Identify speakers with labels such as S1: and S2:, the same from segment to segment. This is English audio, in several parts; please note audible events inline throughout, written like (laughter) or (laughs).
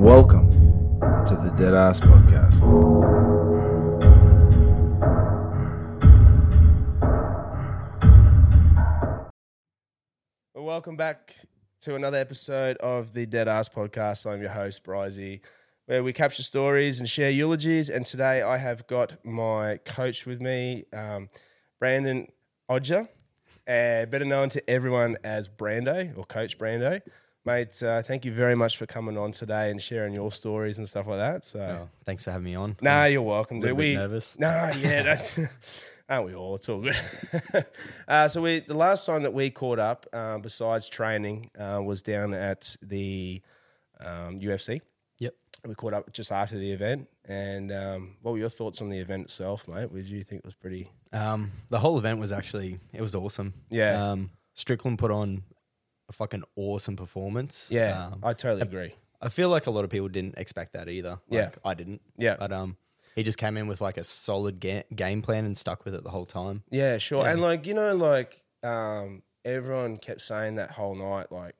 S1: Welcome to the Dead Ass Podcast. Well, welcome back to another episode of the Dead Ass Podcast. I'm your host, Brizey, where we capture stories and share eulogies. And today I have got my coach with me, um, Brandon Odger, uh, better known to everyone as Brando or Coach Brando. Mate, uh, thank you very much for coming on today and sharing your stories and stuff like that. So.
S2: Oh, thanks for having me on. Um,
S1: No, you're welcome. Dude.
S2: little bit
S1: we
S2: nervous.
S1: No,
S2: (laughs)
S1: yeah, that's, (laughs) aren't we all? It's all good. (laughs) uh, so we the last time that we caught up, uh, besides training, uh, was down at the um, UFC.
S2: Yep.
S1: We caught up just after the event, and um, what were your thoughts on the event itself, mate? What did you think was pretty?
S2: Um, the whole event was actually it was awesome.
S1: Yeah.
S2: Um, Strickland put on a fucking awesome performance.
S1: Yeah,
S2: Um,
S1: I totally agree.
S2: I feel like a lot of people didn't expect that either. Like,
S1: Yeah.
S2: I didn't.
S1: Yeah.
S2: But um, he just came in with like a solid ga- game plan and stuck with it the whole time.
S1: Yeah, sure. And like you know, like um, everyone kept saying that whole night, like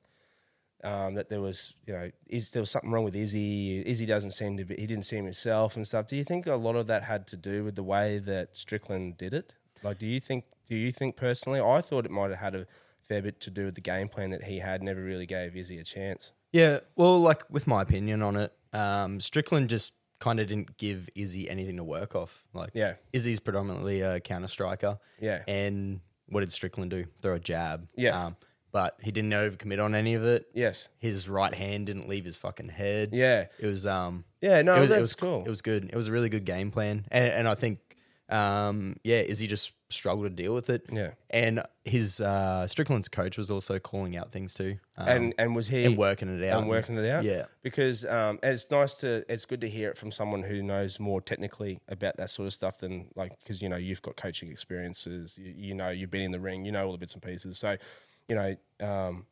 S1: um, that there was, you know, is there was something wrong with Izzy? Izzy doesn't seem to be. He didn't seem himself and stuff. Do you think a lot of that had to do with the way that Strickland did it? Like, do you think? Do you think personally? I thought it might have had a fair bit to do with the game plan that he had. Never really gave Izzy a chance.
S2: Yeah. Well, like with my opinion on it, um, Strickland just kind of didn't give Izzy anything to work off. Like,
S1: Yeah.
S2: Izzy's predominantly a counter striker.
S1: Yeah.
S2: And what did Strickland do? Throw a jab. Um,
S1: Yes.
S2: but he didn't overcommit on any of it.
S1: Yes.
S2: His right hand didn't leave his fucking head.
S1: Yeah.
S2: It was um.
S1: Yeah, no,
S2: it was,
S1: that's
S2: it was,
S1: cool.
S2: It was good. It was a really good game plan, and, and I think um yeah, Izzy just struggled to deal with it.
S1: Yeah.
S2: And his uh Strickland's coach was also calling out things too. Um,
S1: and and was he
S2: and working it out
S1: and working it out
S2: Yeah.
S1: because um and it's nice to it's good to hear it from someone who knows more technically about that sort of stuff than like because you know you've got coaching experiences you, you know you've been in the ring you know all the bits and pieces so you know um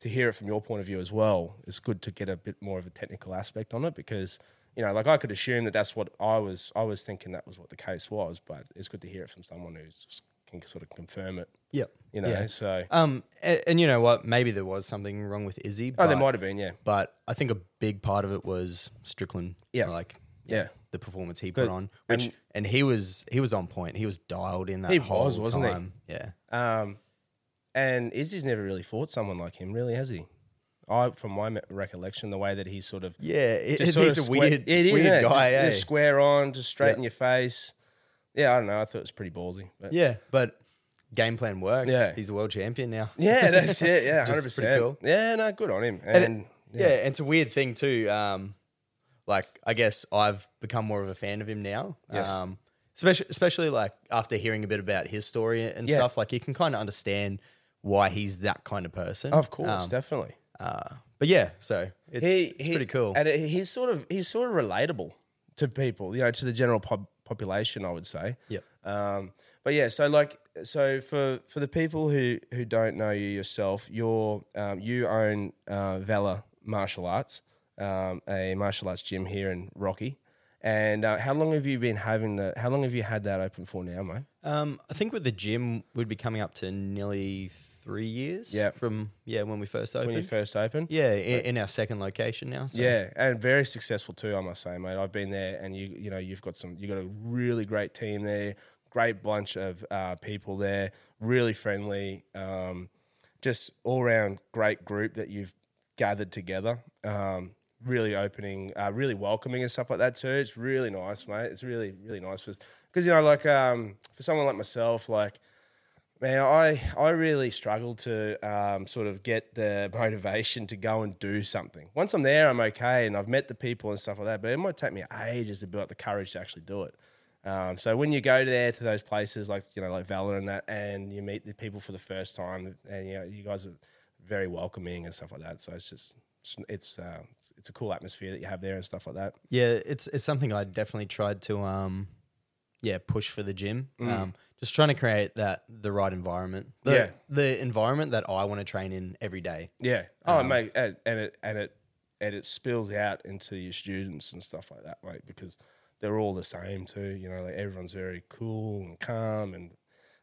S1: to hear it from your point of view as well it's good to get a bit more of a technical aspect on it because you know like i could assume that that's what i was i was thinking that was what the case was but it's good to hear it from someone who's can sort of confirm it
S2: Yep.
S1: you know
S2: Yeah.
S1: so
S2: Um, and, and you know what? Maybe there was something wrong with Izzy.
S1: oh
S2: But,
S1: there might have been yeah
S2: But I think a big part of it was Strickland.
S1: Yeah.
S2: Like,
S1: Yeah.
S2: the performance he
S1: Good.
S2: put on, which
S1: And-
S2: and, he was he was on point. He was dialed in that
S1: He
S2: whole
S1: was, wasn't he?
S2: time. Yeah.
S1: Um, and Izzy's never really fought someone like him, really, has he? I, from my me- recollection, the way that he sort of
S2: Yeah, it,
S1: just
S2: he's
S1: sort
S2: a
S1: of square-
S2: weird,
S1: it is,
S2: weird
S1: isn't it?
S2: guy.
S1: Just, just
S2: eh?
S1: square on, just straight
S2: Yeah.
S1: in your face. Yeah, I don't know. I thought it was pretty ballsy. But
S2: Yeah, but game plan works.
S1: Yeah.
S2: he's a world champion now.
S1: yeah, (laughs) that's
S2: (laughs)
S1: it. Yeah,
S2: Just
S1: hundred
S2: pretty
S1: percent.
S2: cool.
S1: Yeah, no, good on him. And,
S2: And it- yeah. and it's a weird thing too. Um, like I guess I've become more of a fan of him now.
S1: Yes.
S2: Um, especially especially like after hearing a bit about his story and
S1: Yeah.
S2: stuff, like you can kind of understand why he's that kind of person.
S1: of course,
S2: Um,
S1: definitely.
S2: uh, but yeah, so it's,
S1: He-
S2: it's
S1: he-
S2: pretty cool.
S1: and it- he's sort of he's sort of relatable to people, you know, to the general pop- population. I would say.
S2: Yep.
S1: Um, but yeah, so like, so for for the people who who don't know you yourself, you're um, you own uh, Valor Martial Arts, um, a martial arts gym here in Rocky. And uh, how long have you been having the? How long have you had that open for now, mate?
S2: Um, I think with the gym, we'd be coming up to nearly three years.
S1: Yeah.
S2: from yeah when we first opened.
S1: When you first opened?
S2: yeah, in, in our second location now. So.
S1: Yeah, and very successful too, I must say, mate. I've been there, and you you know you've got some you got a really great team there, great bunch of uh, people there, really friendly, um, just all round great group that you've gathered together. Um, really opening, uh, really welcoming and stuff like that too. It's really nice, mate. It's really really nice for because you know like um, for someone like myself, like Man, I, I really struggle to um, sort of get the (laughs) motivation to go and do something. Once I'm there, I'm okay, and I've met the people and stuff like that. But it might take me ages to build up the courage to actually do it. Um, so when you go there to those places like you know like Valor and that, and you meet the people for the first time, and you know you guys are very welcoming and stuff like that. So it's just it's uh, it's, it's a cool atmosphere that you have there and stuff like that.
S2: Yeah, it's it's something I definitely tried to um yeah, push for the gym. Um just trying to create that the right environment. The,
S1: Yeah.
S2: The environment that I want to train in every day.
S1: Yeah. Oh, mate, and, and it and it and it spills out into your students and stuff like that, mate, because they're all the same too. You know, like everyone's very cool and calm and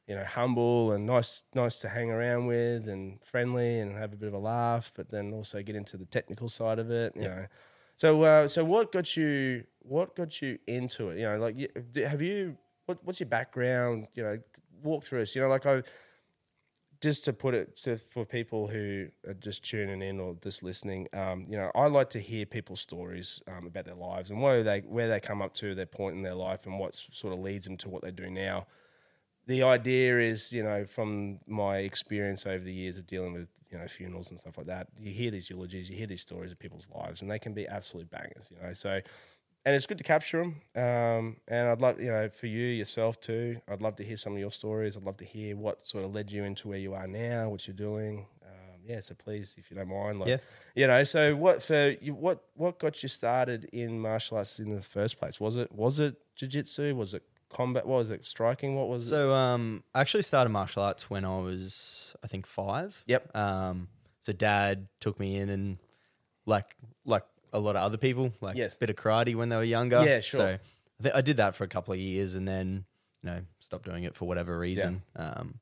S1: you know humble and nice, nice to hang around with and friendly and have a bit of a laugh, but then also get into the technical side of it. You know, so uh, so what got you? What got you into it? You know, like you- d- have you? What, what's your background? You know, walk through us. You know, like I just to put it so for people who are just tuning in or just listening, um, you know, I like to hear people's stories um, about their lives and where they where they come up to their point in their life and what sort of leads them to what they do now. The idea is, you know, from my experience over the years of dealing with you know funerals and stuff like that, you hear these eulogies, you hear these stories of people's lives, and they can be absolute bangers, you know. So. And it's good to capture them. Um, and I'd love, you know, for you yourself too. I'd love to hear some of your stories. I'd love to hear what sort of led you into where you are now, what you're doing. Um, yeah, so please, if you don't mind, like,
S2: Yeah.
S1: you know, so what for you, what what got you started in martial arts in the first place? Was it was it jiu-jitsu? Was it combat? What was it striking? What was it?
S2: So um I actually started martial arts when I was I think 5.
S1: Yep.
S2: Um so dad took me in and like like a lot of other people like
S1: Yes.
S2: bit of karate when they were younger.
S1: Yeah, sure.
S2: So I, th- I did that for a couple of years and then you know stopped doing it for whatever reason. Um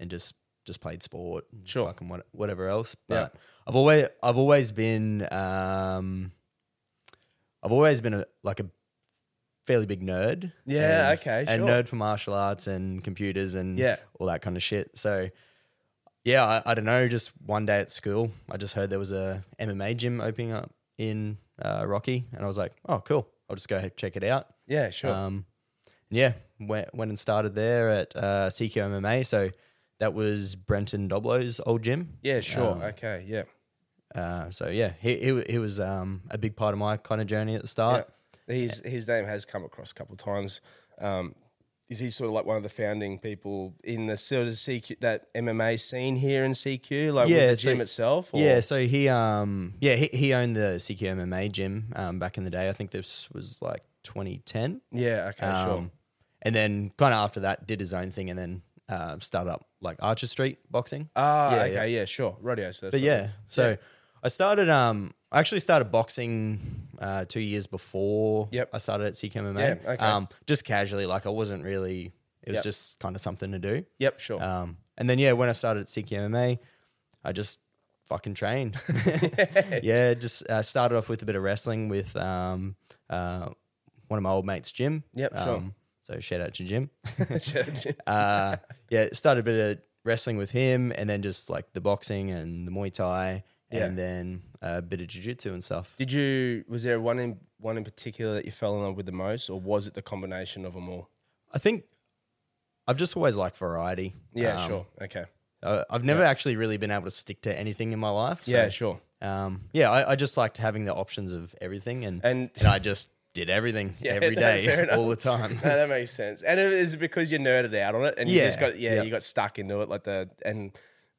S2: and just just played sport, and
S1: Sure.
S2: fucking what, whatever else.
S1: Yeah.
S2: But I've always I've always been um, I've always been a like a fairly big nerd.
S1: Yeah,
S2: and-
S1: okay,
S2: and
S1: sure.
S2: nerd for martial arts and computers and
S1: Yeah.
S2: all that kind of shit. So yeah, I, I don't know. Just one day at school, I just heard there was a MMA gym opening up in uh, Rocky, and I was like, oh, cool. I'll just go ahead and check it out.
S1: yeah, sure.
S2: Um, and yeah, went went and started there at uh, CQ MMA. So that was Brenton Doblo's old gym.
S1: yeah, sure.
S2: um,
S1: okay, yeah.
S2: Uh, so yeah, he he, wa- he was um, a big part of my kind of journey at the start.
S1: Yeah. His his name has come across a couple of times. Um, is he sort of like one of the founding people in the sort of CQ that MMA scene here in CQ, like Uh, with the
S2: so-
S1: gym itself? Or?
S2: Yeah, so he um yeah he, he owned the CQ MMA gym um, back in the day. I think this was like 2010.
S1: yeah. Okay, sure.
S2: Um, And then kind of after that, did his own thing and then uh, started up like Archer Street boxing.
S1: Ah,
S2: yeah,
S1: okay, yeah. sure. Radio. So that's
S2: but
S1: what- (laughs)
S2: yeah, so
S1: Yeah.
S2: I started. Um, I actually started boxing uh, two years before.
S1: Yep.
S2: I started at CQ MMA.
S1: Yeah, okay.
S2: Um, just casually, like I wasn't really. It was
S1: Yep.
S2: just kind of something to do.
S1: Yep, sure.
S2: Um, and then yeah, when I started at CQ MMA, I just fucking
S1: (laughs)
S2: trained. yeah, just uh, started off with a bit of wrestling with um, uh, one of my old mates, Jim.
S1: Yep, sure.
S2: um, So shout out to Jim. (laughs) uh, yeah, started a bit of wrestling with him, and then just like the boxing and the Muay Thai,
S1: Yeah.
S2: and then uh, a bit of jiu-jitsu and stuff.
S1: Did you? Was there one in one in particular that you fell in love with the most, or was it the combination of them all?
S2: I think I've just always liked variety.
S1: Yeah,
S2: Um,
S1: sure. Okay.
S2: I- I've never actually really been able to stick to anything in my life. so,
S1: yeah, sure.
S2: Um, yeah, I, I just liked having the options of everything, and
S1: And-
S2: and, I just
S1: (laughs)
S2: did everything every
S1: no,
S2: day,
S1: fair enough.
S2: (laughs) all the time.
S1: No, that makes sense. And it is because you nerded out on it, and you
S2: Yeah,
S1: just got yeah,
S2: yeah.
S1: you got stuck into it like the and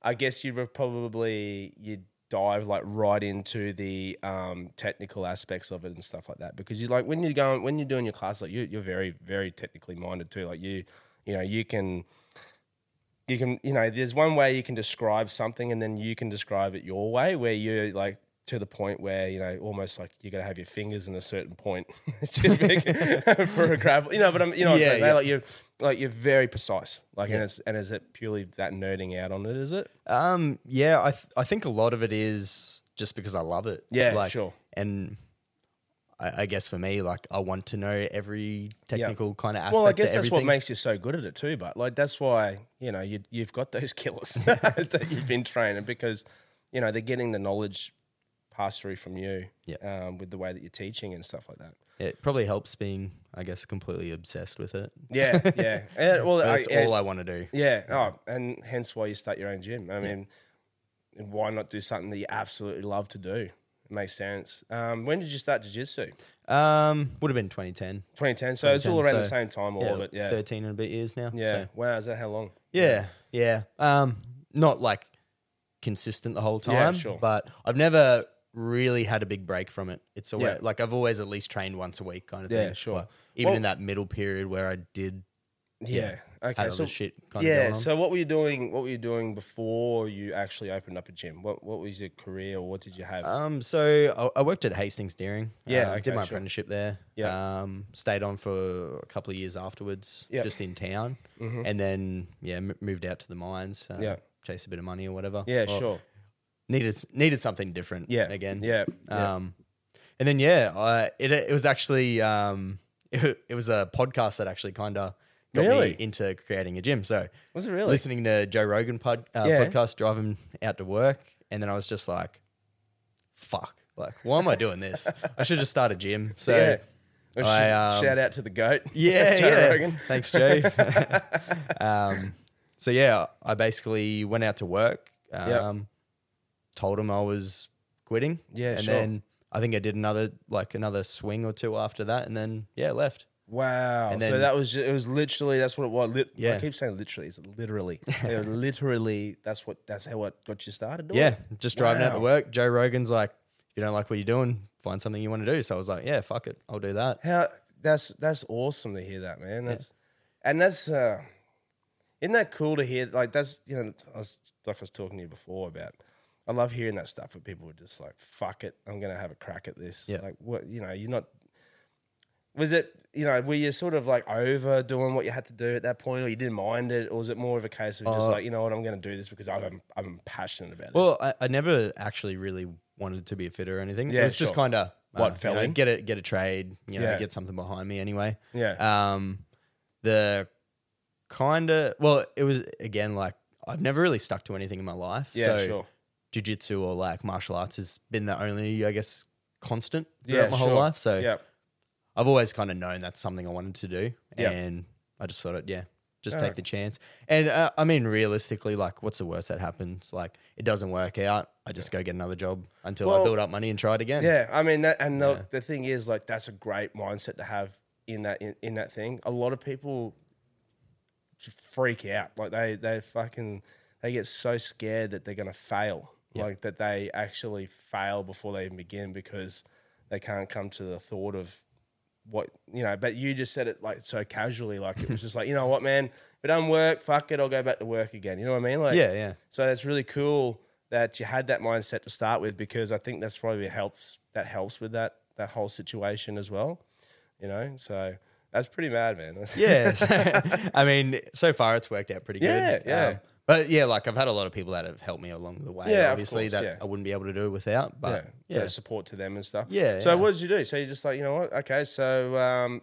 S1: I guess you were probably you dive like right into the um, technical aspects of it and stuff like that because you like when you're going when you're doing your class like you you're very very technically minded too like you you know you can you can you know there's one way you can describe something and then you can describe it your way where you're like to the point where you know almost like you gotta have your fingers in a certain point (laughs) to pick (laughs) for a grapple you know but i'm you know what I'm
S2: Yeah,
S1: trying to say,
S2: yeah.
S1: like you're like you're very precise like and it's and is it purely that nerding out on it is it
S2: Um, yeah, I th- I think a lot of it is just because I love it.
S1: Yeah,
S2: like,
S1: sure.
S2: And I, I guess for me, like I want to know every technical kind of aspect.
S1: well i guess
S2: to
S1: that's what
S2: everything.
S1: makes you so good at it too but like that's why you know you, you've got those (laughs) killers that you've been training because you know they're getting the knowledge passed through from you
S2: Yeah.
S1: um, with the way that you're teaching and stuff like that
S2: it probably helps being, I guess, completely obsessed with it.
S1: Yeah,
S2: (laughs)
S1: yeah. And, well,
S2: That's
S1: I,
S2: all
S1: and-
S2: I want to do.
S1: Yeah. Oh, and hence why you start your own gym. I mean, and why not do something that you absolutely love to do? It makes sense. Um, when did you start jiu-jitsu?
S2: Um, would have been 2010.
S1: 2010. So it's all
S2: 2010,
S1: around the
S2: so-
S1: same time, all
S2: yeah,
S1: of it. Yeah.
S2: 13 and a bit years now.
S1: Yeah.
S2: so-
S1: Wow. Is that how long?
S2: yeah, yeah. Um, not like consistent the whole time,
S1: Yeah, sure.
S2: but I've never really had a big break from it. It's always
S1: Yeah.
S2: like I've always at least trained once a week kind of
S1: Yeah,
S2: thing.
S1: sure.
S2: Well, even
S1: Well-
S2: in that middle period where I did
S1: Yeah.
S2: had
S1: Okay.
S2: other
S1: So
S2: shit kind of
S1: yeah.
S2: going on.
S1: So what were you doing? What were you doing before you actually opened up a gym? What What was your career? or What did you have?
S2: Um, so I, I worked at Hastings Deering.
S1: Yeah,
S2: um,
S1: okay,
S2: did my
S1: sure.
S2: apprenticeship there.
S1: Yeah.
S2: um, stayed on for a couple of years afterwards,
S1: Yeah. Mm-hmm.
S2: just in town, and then yeah, m- moved out to the mines. Uh,
S1: Yeah.
S2: chase a bit of money or whatever.
S1: yeah.
S2: Or
S1: sure.
S2: Needed s- needed something different.
S1: Yeah.
S2: again.
S1: Yeah. yeah.
S2: Um, and then yeah, I, it it was actually um, (laughs) it, it was a podcast that actually kind of got
S1: Really?
S2: me into creating a gym. So
S1: Was it really?
S2: listening to Joe Rogan pod, uh,
S1: Yeah.
S2: podcast driving out to work, and then I was just like, fuck, like why am I
S1: (laughs)
S2: doing this? I should just start a gym. So.
S1: Yeah.
S2: Yeah.
S1: Well,
S2: I,
S1: Oh, sh-
S2: um,
S1: shout out to the goat. (laughs)
S2: Yeah, (laughs)
S1: Joe
S2: yeah.
S1: Rogan. (laughs)
S2: Thanks, Joe. um, so yeah, I basically went out to work. Um,
S1: Yep.
S2: Told him I was quitting.
S1: Yeah,
S2: and
S1: sure.
S2: then I think I did another like another swing or two after that, and then yeah, left.
S1: Wow.
S2: And
S1: so
S2: then-
S1: that was ju- it was literally that's what it was. Lit- I
S2: Yeah.
S1: keep saying literally, it's
S2: (laughs)
S1: literally. They were literally that's what that's how what got you started. doing
S2: Yeah,
S1: it?
S2: just driving out to
S1: Wow.
S2: work. Joe Rogan's like, if you don't like what you're doing, find something you want to do. So I was like, yeah, fuck it, I'll do that.
S1: How that's that's awesome to hear that, man. That's and that's uh isn't that cool to hear like that's you know, I was like I was talking to you before about I love hearing that stuff where people were just like, fuck it, I'm gonna have a crack at this.
S2: Yeah.
S1: Like what you know, you're not was it you know, were you sort of like over doing what you had to do at that point or you didn't mind it, or was it more of a case of just like, you know what, I'm gonna do this because I'm I'm passionate about this.
S2: Uh, Well, I, I never actually really wanted to be a fitter or anything.
S1: Yeah,
S2: it was just
S1: sure.
S2: kind of
S1: What, fell in?
S2: get it, get a trade, you know,
S1: Yeah.
S2: get something behind me anyway.
S1: Yeah.
S2: Um, the kind of well, it was again like I've never really stuck to anything in my life.
S1: Yeah,
S2: so
S1: sure.
S2: Jiu-jitsu or like martial arts has been the only, I guess, constant throughout
S1: yeah,
S2: my whole
S1: sure.
S2: life. So
S1: yeah.
S2: I've always kind of known that's something I wanted to do,
S1: Yeah.
S2: and I just thought, it, yeah, just take the chance. And uh, I mean, realistically, like, what's the worst that happens? Like, it doesn't work out. I just go get another job until
S1: Well-
S2: I build up money and try it again.
S1: Yeah, I mean that, and the, the thing is, like, that's a great mindset to have in that in, in that thing. A lot of people j- freak out, like they they fucking they get so scared that they're gonna fail, like that they actually fail before they even begin because they can't come to the thought of what you know. But you just said it like so casually, like it was just like you know what, man, if it don't work, fuck it, I'll go back to work again. You know what I mean? Like,
S2: Yeah, yeah.
S1: so that's really cool that you had that mindset to start with because I think that's probably helps that helps with that that whole situation as well. You know, so that's pretty mad, man. That's-
S2: (laughs) yeah. I mean, so far it's worked out pretty
S1: Yeah,
S2: good. Um,
S1: yeah.
S2: but yeah, like I've had a lot of people that have helped me along the way.
S1: Yeah, of
S2: obviously
S1: course,
S2: that
S1: yeah.
S2: I wouldn't be able to do without.
S1: (laughs) yeah,
S2: But
S1: yeah.
S2: yeah,
S1: support to them and stuff.
S2: Yeah,
S1: So
S2: yeah.
S1: what did you do? So you just
S2: (laughs)
S1: like, you know what? Okay, so um,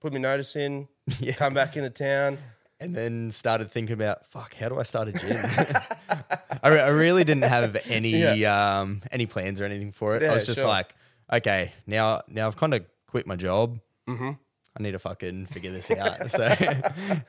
S1: put me notice in, come back into town.
S2: and then started thinking about fuck, how do I start a gym? (laughs) I, re- I really didn't have any um, any plans or anything for it.
S1: Yeah,
S2: I was just
S1: sure.
S2: like, okay, now now I've kind of quit my job.
S1: Mm-hmm.
S2: I need to fucking figure this out. (laughs) so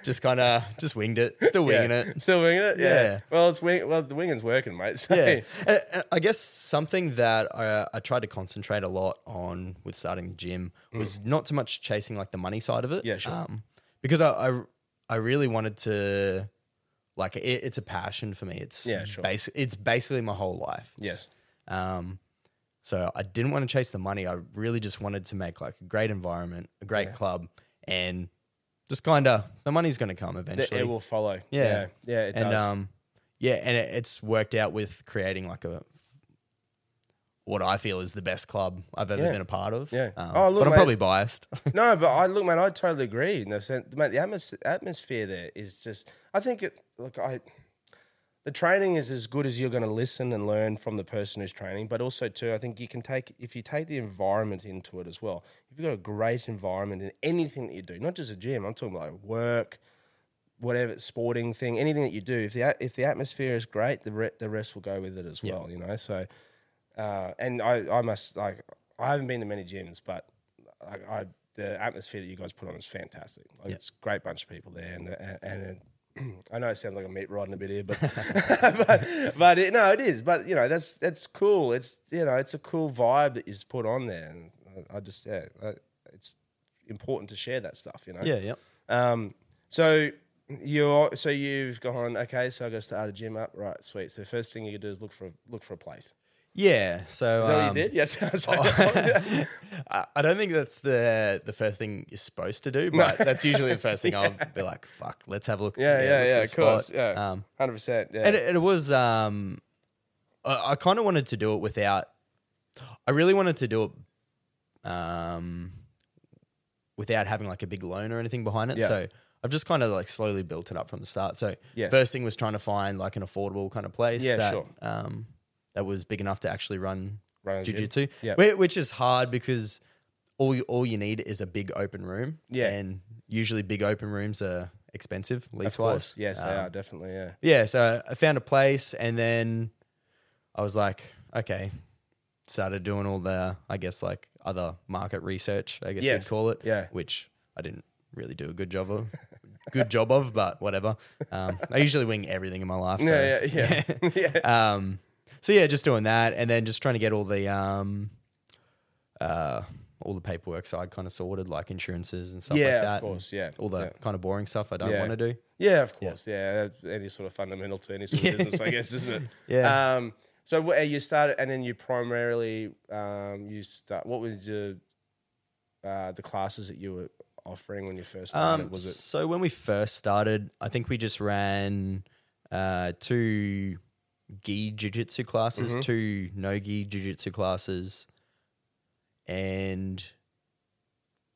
S2: just kind of just winged it, still winging it.
S1: Still winging it? Yeah.
S2: Yeah.
S1: Well, it's wing, well the winging's working, mate. (laughs) So.
S2: (laughs) yeah. And- and I guess something that I, I tried to concentrate a lot on with starting the gym was not so much chasing like the money side of it.
S1: Mm. Yeah, sure.
S2: Um, because I, I I really wanted to like it, it's a passion for me. It's
S1: Yeah, sure.
S2: basi- it's basically my whole life.
S1: Yes.
S2: It's- Um, so I didn't want to chase the money. I really just wanted to make like a great environment, a great club, and just kind of the money's going to come
S1: The-
S2: eventually.
S1: it will follow.
S2: Yeah.
S1: Yeah, yeah it
S2: and,
S1: does.
S2: Um, yeah, and it, it's worked out with creating like a what I feel is the best club I've ever
S1: Yeah.
S2: been a part of.
S1: Yeah.
S2: Um,
S1: Oh, look,
S2: but I'm
S1: mate. (laughs)
S2: probably biased. (laughs)
S1: No, but I look, man, I totally agree. In the sense, mate, the atmos- atmosphere there is just. I think it. Look, I. The training is as good as you're going to listen and learn from the person who's training, but also too, I think you can take if you take the environment into it as well. If you've got a great environment in anything that you do, not just a gym, I'm talking like work, whatever sporting thing, anything that you do. If the at- if the atmosphere is great, the re- the rest will go with it as well. You know, so uh, and I, I must like I haven't been to many gyms, but like I the atmosphere that you guys put on is fantastic. Like it's a great bunch of people there, and and. and (clears throat) I know it sounds like a meat rod in a bit here, but (laughs) but, but it, no, it is. But you know, that's that's cool. It's you know, it's a cool vibe that is put on there, and I, I just yeah, I, it's important to share that stuff. You know,
S2: yeah, yeah.
S1: um, so you're so you've gone okay. So I got to start a gym up, right? Sweet. So first thing you could do is look for a, look for a place.
S2: Yeah. So
S1: Is that
S2: um,
S1: what you did? Yeah. (laughs) so-
S2: (laughs) I, I don't think that's the the first thing you're supposed to
S1: (laughs)
S2: do, but that's usually the first thing I'll be like, fuck, let's have a look.
S1: yeah, yeah,
S2: look
S1: yeah.
S2: for a
S1: Of course.
S2: spot.
S1: Yeah.
S2: Um,
S1: Hundred percent. Yeah.
S2: and it, it was um i, I kind of wanted to do it without i really wanted to do it um without having like a big loan or anything behind it
S1: Yeah.
S2: so i've just kind of like slowly built it up from the start so
S1: Yes.
S2: first thing was trying to find like an affordable kind of place
S1: Yeah,
S2: that
S1: sure.
S2: um that was big enough to actually run,
S1: Run a gym.
S2: jiu-jitsu
S1: Yeah.
S2: whi- which is hard because all you, all you need is a big open room
S1: Yeah.
S2: and usually big open rooms are expensive
S1: of
S2: lease
S1: course.
S2: wise
S1: Yes, they are definitely. Yeah.
S2: yeah, so I found a place and then I was like, okay, started doing all the, I guess, like other market research, I guess
S1: Yes,
S2: you'd call it.
S1: yeah.
S2: Which I didn't really do a good job of. good job of, but whatever. Um, I usually wing everything in my life. So
S1: Yeah,
S2: it's-
S1: yeah, yeah. (laughs)
S2: (laughs) um, so yeah, just doing that, and then just trying to get all the um, uh, all the paperwork side kind of sorted, like insurances and stuff
S1: Yeah,
S2: like
S1: of
S2: that.
S1: course, yeah,
S2: all the
S1: yeah.
S2: kind of boring stuff I don't
S1: Yeah.
S2: want to do.
S1: Yeah, of course. Yeah. that's any sort of fundamental to any sort of business, I guess, isn't it?
S2: (laughs) Yeah.
S1: Um, so wh- you started, and then you primarily um, you start. What was your uh, the classes that you were offering when you first started?
S2: Um,
S1: was it
S2: So when we first started, I think we just ran uh, two gi jiu-jitsu classes,
S1: Mm-hmm.
S2: two no gi jiu-jitsu classes, and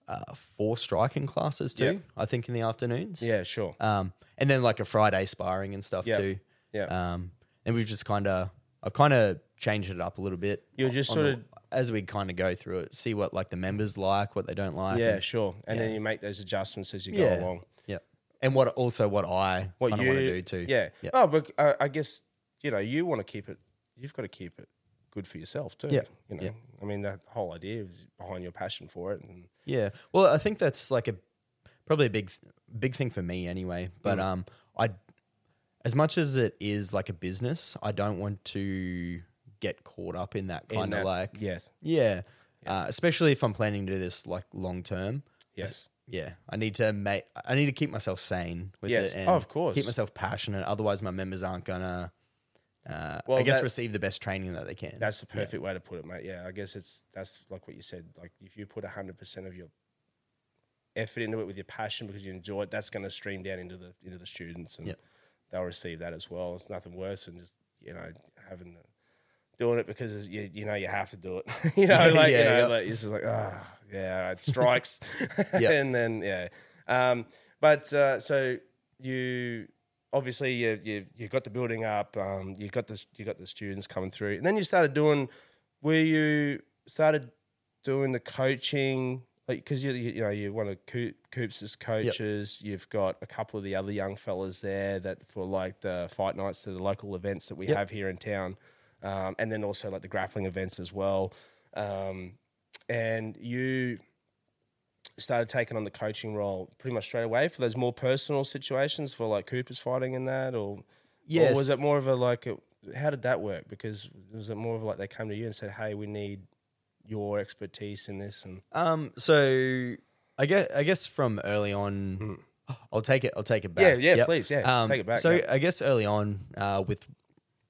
S2: uh, four striking classes too.
S1: Yep.
S2: I think in the afternoons.
S1: Yeah, sure.
S2: Um, and then like a Friday sparring and stuff
S1: Yeah.
S2: too.
S1: Yeah.
S2: Um, and we've just kind of, I've kind of changed it up a little bit.
S1: You're just
S2: on
S1: sort
S2: the-
S1: of-
S2: as we kind of go through it, see what like the members like, what they don't like.
S1: yeah,
S2: and-
S1: sure. And then you make those adjustments as you go
S2: Yeah.
S1: along.
S2: Yeah. And what also what I
S1: What
S2: kind of
S1: you
S2: want to do too.
S1: Yeah.
S2: Yeah.
S1: Oh, but uh, I guess you know you want to keep it. You've got to keep it good for yourself too.
S2: Yeah.
S1: You know.
S2: Yeah.
S1: I mean, that whole idea is behind your passion for it. And
S2: Yeah. Well, I think that's like a probably a big big thing for me anyway.
S1: Mm.
S2: But um I as much as it is like a business, I don't want to get caught up in that
S1: in
S2: kind of
S1: that-
S2: like
S1: yes,
S2: Yeah. Uh, especially if I'm planning to do this like long term.
S1: yes,
S2: Yeah. I need to make I need to keep myself sane with
S1: Yes.
S2: it and
S1: Oh, of course.
S2: keep myself passionate. Otherwise my members aren't gonna uh,
S1: Well,
S2: I guess
S1: that-
S2: receive the best training that they can.
S1: that's the perfect way to put it, mate. Yeah. I guess it's that's like what you said. Like if you put hundred percent of your effort into it with your passion because you enjoy it, that's going to stream down into the into the students and
S2: Yeah.
S1: they'll receive that as well. It's nothing worse than just you know having to, doing it because you you know you have to do it. (laughs) you know, like you
S2: (laughs) Yeah,
S1: know,
S2: yeah.
S1: like it's just like ah, yeah, all right,
S2: (laughs)
S1: strikes,
S2: Yeah.
S1: (laughs) and then yeah. Um, but uh, so you obviously you, you you got the building up, um, you got the you got the students coming through, and then you started doing. Were you started doing the coaching like because you, you you know you one of Coop, Coops as coaches. You've got a couple of the other young fellas there that for like the fight nights to the local events that we have here in town, um, and then also like the grappling events as well. Um, and you started taking on the coaching role pretty much straight away for those more personal situations for like Cooper's fighting and that, or or was
S2: Yes.
S1: it more of a like a, how did that work? Because was it more of like they come to you and said, "Hey, we need your expertise in this," and
S2: Um. So I guess I guess from early on, I'll take it. I'll take it back.
S1: Hmm.
S2: Um,
S1: Yeah, yeah, please, yeah, take it back,
S2: So
S1: yeah.
S2: I guess early on, uh, with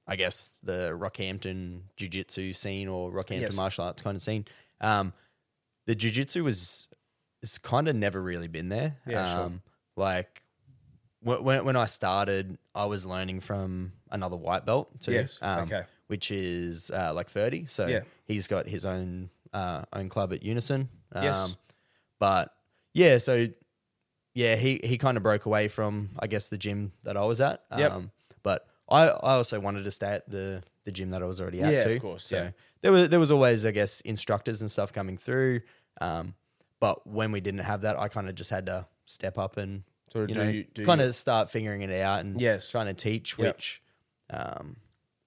S2: I guess the Rockhampton Jiu Jitsu scene or Rockhampton
S1: Yes.
S2: martial arts kind of scene, um, the Jiu Jitsu was it's kind of never really been there.
S1: Yeah, sure.
S2: um, Like wh- when when I started, I was learning from another white belt too.
S1: Yes,
S2: Um,
S1: okay.
S2: Which is uh, like thirty. So
S1: Yeah.
S2: he's got his own uh, own club at Unison. Um,
S1: Yes.
S2: But yeah, so yeah, he he kind of broke away from I guess the gym that I was at. Um,
S1: Yep.
S2: But I, I also wanted to stay at the the gym that I was already at
S1: Yeah,
S2: too.
S1: of course,
S2: So
S1: yeah.
S2: there was there was always I guess instructors and stuff coming through. Um, but when we didn't have that, I kind of just had to step up and
S1: Sort of
S2: you
S1: do
S2: know
S1: you- do
S2: kind
S1: you-
S2: of start figuring it out and
S1: Yes.
S2: trying to teach,
S1: Yep.
S2: which um,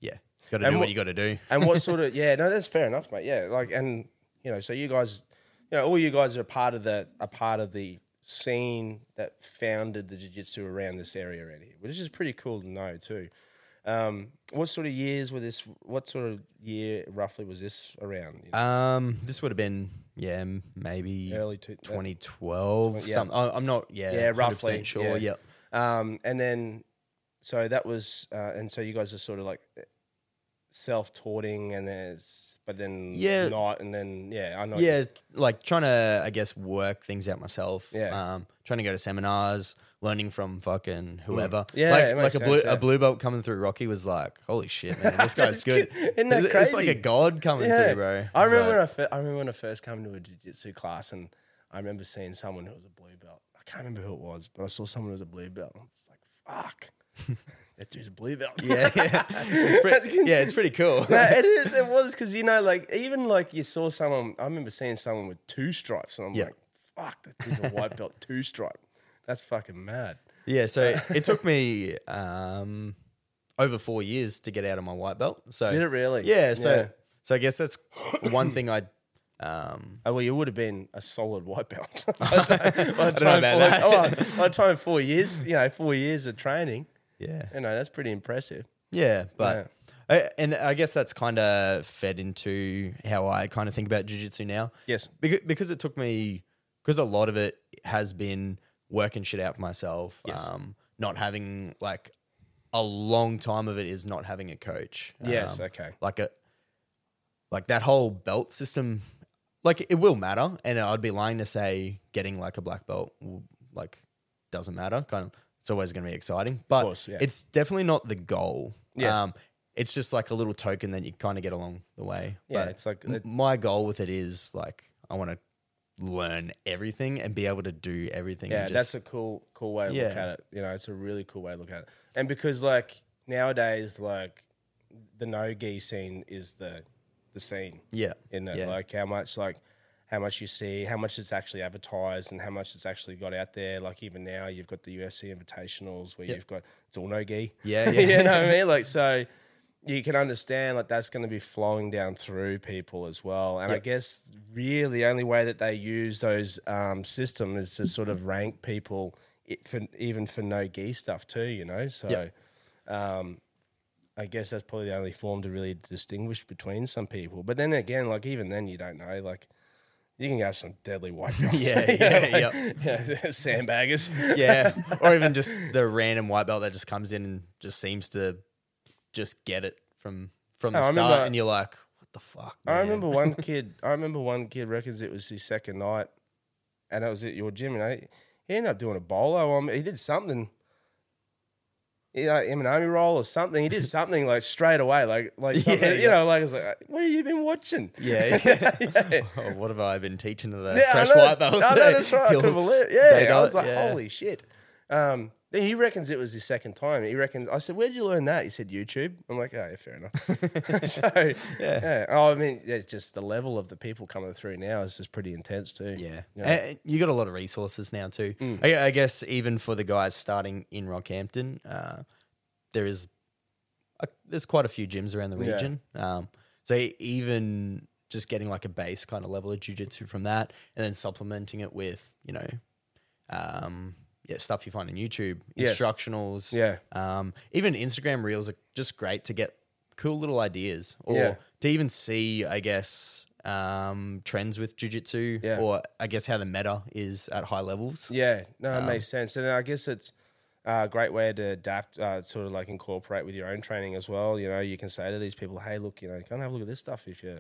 S2: yeah, got to
S1: And what-
S2: do what you got to do.
S1: and what sort of yeah no that's fair enough mate yeah like and you know so you guys you know all you guys are a part of the a part of the scene that founded the jiu-jitsu around this area already which is pretty cool to know too um what sort of years were this what sort of year roughly was this around you know?
S2: Um, this would have been yeah, m- maybe
S1: Early two-
S2: 2012.
S1: yeah.
S2: Something. I- I'm not yeah,
S1: Yeah, roughly,
S2: 100% sure.
S1: yeah.
S2: Yeah.
S1: um and then so that was uh, and so you guys are sort of like self-taughting and there's but then
S2: Yeah.
S1: not and then yeah i know
S2: yeah, like trying to I guess work things out myself.
S1: Yeah. Mm.
S2: Um, trying to go to seminars, learning from fucking whoever.
S1: Yeah,
S2: like,
S1: it
S2: like
S1: makes
S2: a blue
S1: sense, yeah.
S2: a blue belt coming through Rocky was like, holy shit, man,
S1: (laughs)
S2: this guy's good.
S1: Isn't that
S2: it's, it's like
S1: crazy?
S2: a god coming through, bro.
S1: I remember
S2: Like,
S1: when I, fir- I remember when I first came to a jiu-jitsu class and I remember seeing someone who was a blue belt. I can't remember who it was, but I saw someone who was a blue belt. and It's like,
S2: (laughs)
S1: fuck. that dude's a blue belt.
S2: yeah,
S1: (laughs)
S2: yeah, it's pretty, yeah, it's pretty cool. (laughs)
S1: No, it is. It was because you know, like even like you saw someone. I remember seeing someone with two stripes, and I'm
S2: Yeah.
S1: like, "Fuck, that dude's a white belt two stripe. That's fucking mad."
S2: Yeah,
S1: (laughs)
S2: so it took me um, over four years to get out of my white belt. So
S1: Did it really?
S2: Yeah. So
S1: Yeah.
S2: so I
S1: (coughs)
S2: guess that's one thing I. Um,
S1: Oh, well, you would have been a solid white belt. (laughs) by the
S2: (laughs)
S1: time- by the
S2: know
S1: time
S2: about
S1: four- oh, by the time four years, you know, four years of training,
S2: yeah.
S1: you know, that's pretty impressive.
S2: Yeah, but I, and I guess that's kind of fed into how I kind of think about jujitsu now.
S1: Yes.
S2: because, because it took me because a lot of it has been working shit out for myself. Um, not having like a long time of it is not having a coach.
S1: Yes,
S2: Um,
S1: okay.
S2: Like a like that whole belt system, like it will matter, and I'd be lying to say getting like a black belt w- like doesn't matter. Kind of, it's always going to be exciting, but
S1: course, yeah.
S2: it's definitely not the goal.
S1: Yes.
S2: Um, it's just like a little token that you kind of get along the way.
S1: Yeah,
S2: But
S1: it's like-
S2: m- my goal with it is like I want to learn everything and be able to do everything.
S1: Yeah,
S2: and
S1: that's
S2: just-
S1: a cool, cool way to look
S2: Yeah.
S1: at it. You know, it's a really cool way to look at it. And because like nowadays, like the no gi scene is the the scene.
S2: Yeah,
S1: In it,
S2: yeah.
S1: like how much like how much you see, how much it's actually advertised, and how much it's actually got out there. Like even now, you've got the UFC invitationals where you've got it's all no gi.
S2: Yeah,
S1: (laughs)
S2: yeah.
S1: you know what I mean. Like so. You can understand like that's going to be flowing down through people as well, and I guess really the only way that they use those um, system is to sort of rank people, it for, even for no gi stuff too, you know. So, I guess that's probably the only form to really distinguish between some people. But then again, like even then, you don't know. Like you can have some deadly white (laughs) belts.
S2: (laughs) Yeah,
S1: You
S2: yeah,
S1: know, like,
S2: yep.
S1: (laughs) yeah, sandbaggers.
S2: (laughs) (laughs) yeah,
S1: (laughs)
S2: or even just the random white belt that just comes in and just seems to just get it from from the
S1: I
S2: start,
S1: remember-
S2: and you're like, what the fuck?
S1: I
S2: man?"
S1: remember one kid. I remember one kid reckons it was his second night, and it was at your gym. You know, he ended up doing a bolo on me. He did something. You know, M and O roll or something. He
S2: (laughs)
S1: did something like straight away, like like something, you
S2: yeah.
S1: know, like it's like, what have you been watching?
S2: (laughs) Yeah. yeah.
S1: (laughs) Yeah.
S2: (laughs) Oh, what have I been teaching to the
S1: Yeah,
S2: fresh
S1: I know.
S2: white belt?
S1: I know, that's right. I
S2: He'll
S1: couldn't believe-
S2: s-
S1: Yeah,
S2: dig
S1: I was
S2: up,
S1: like,
S2: yeah.
S1: holy shit. Um, Then he reckons it was his second time. He reckons. I said, "Where did you learn that?" He said, "YouTube." I'm like, "Oh, yeah, fair enough." (laughs)
S2: (laughs)
S1: so yeah. Oh, I mean, yeah, just the level of the people coming through now is just pretty intense too.
S2: Yeah.
S1: You
S2: Eh. You,
S1: know?
S2: you got a lot of resources now, too.
S1: Mm.
S2: I, I guess even for the guys starting in Rockhampton, uh, there is a, there's quite a few gyms around the
S1: Yeah.
S2: region. Um, so even just getting like a base kind of level of jujitsu from that and then supplementing it with, you know, um, yeah, stuff you find on YouTube,
S1: Yes.
S2: instructionals.
S1: Yeah.
S2: Um, even Instagram reels are just great to get cool little ideas or
S1: Yeah.
S2: to even see, I guess, um, trends with jujitsu
S1: Yeah.
S2: or I guess how the meta is at high levels.
S1: Yeah, no,
S2: Um,
S1: it makes sense, and I guess it's a great way to adapt, uh, sort of like incorporate with your own training as well. You know, you can say to these people, "Hey, look, you know, come and have a look at this stuff if you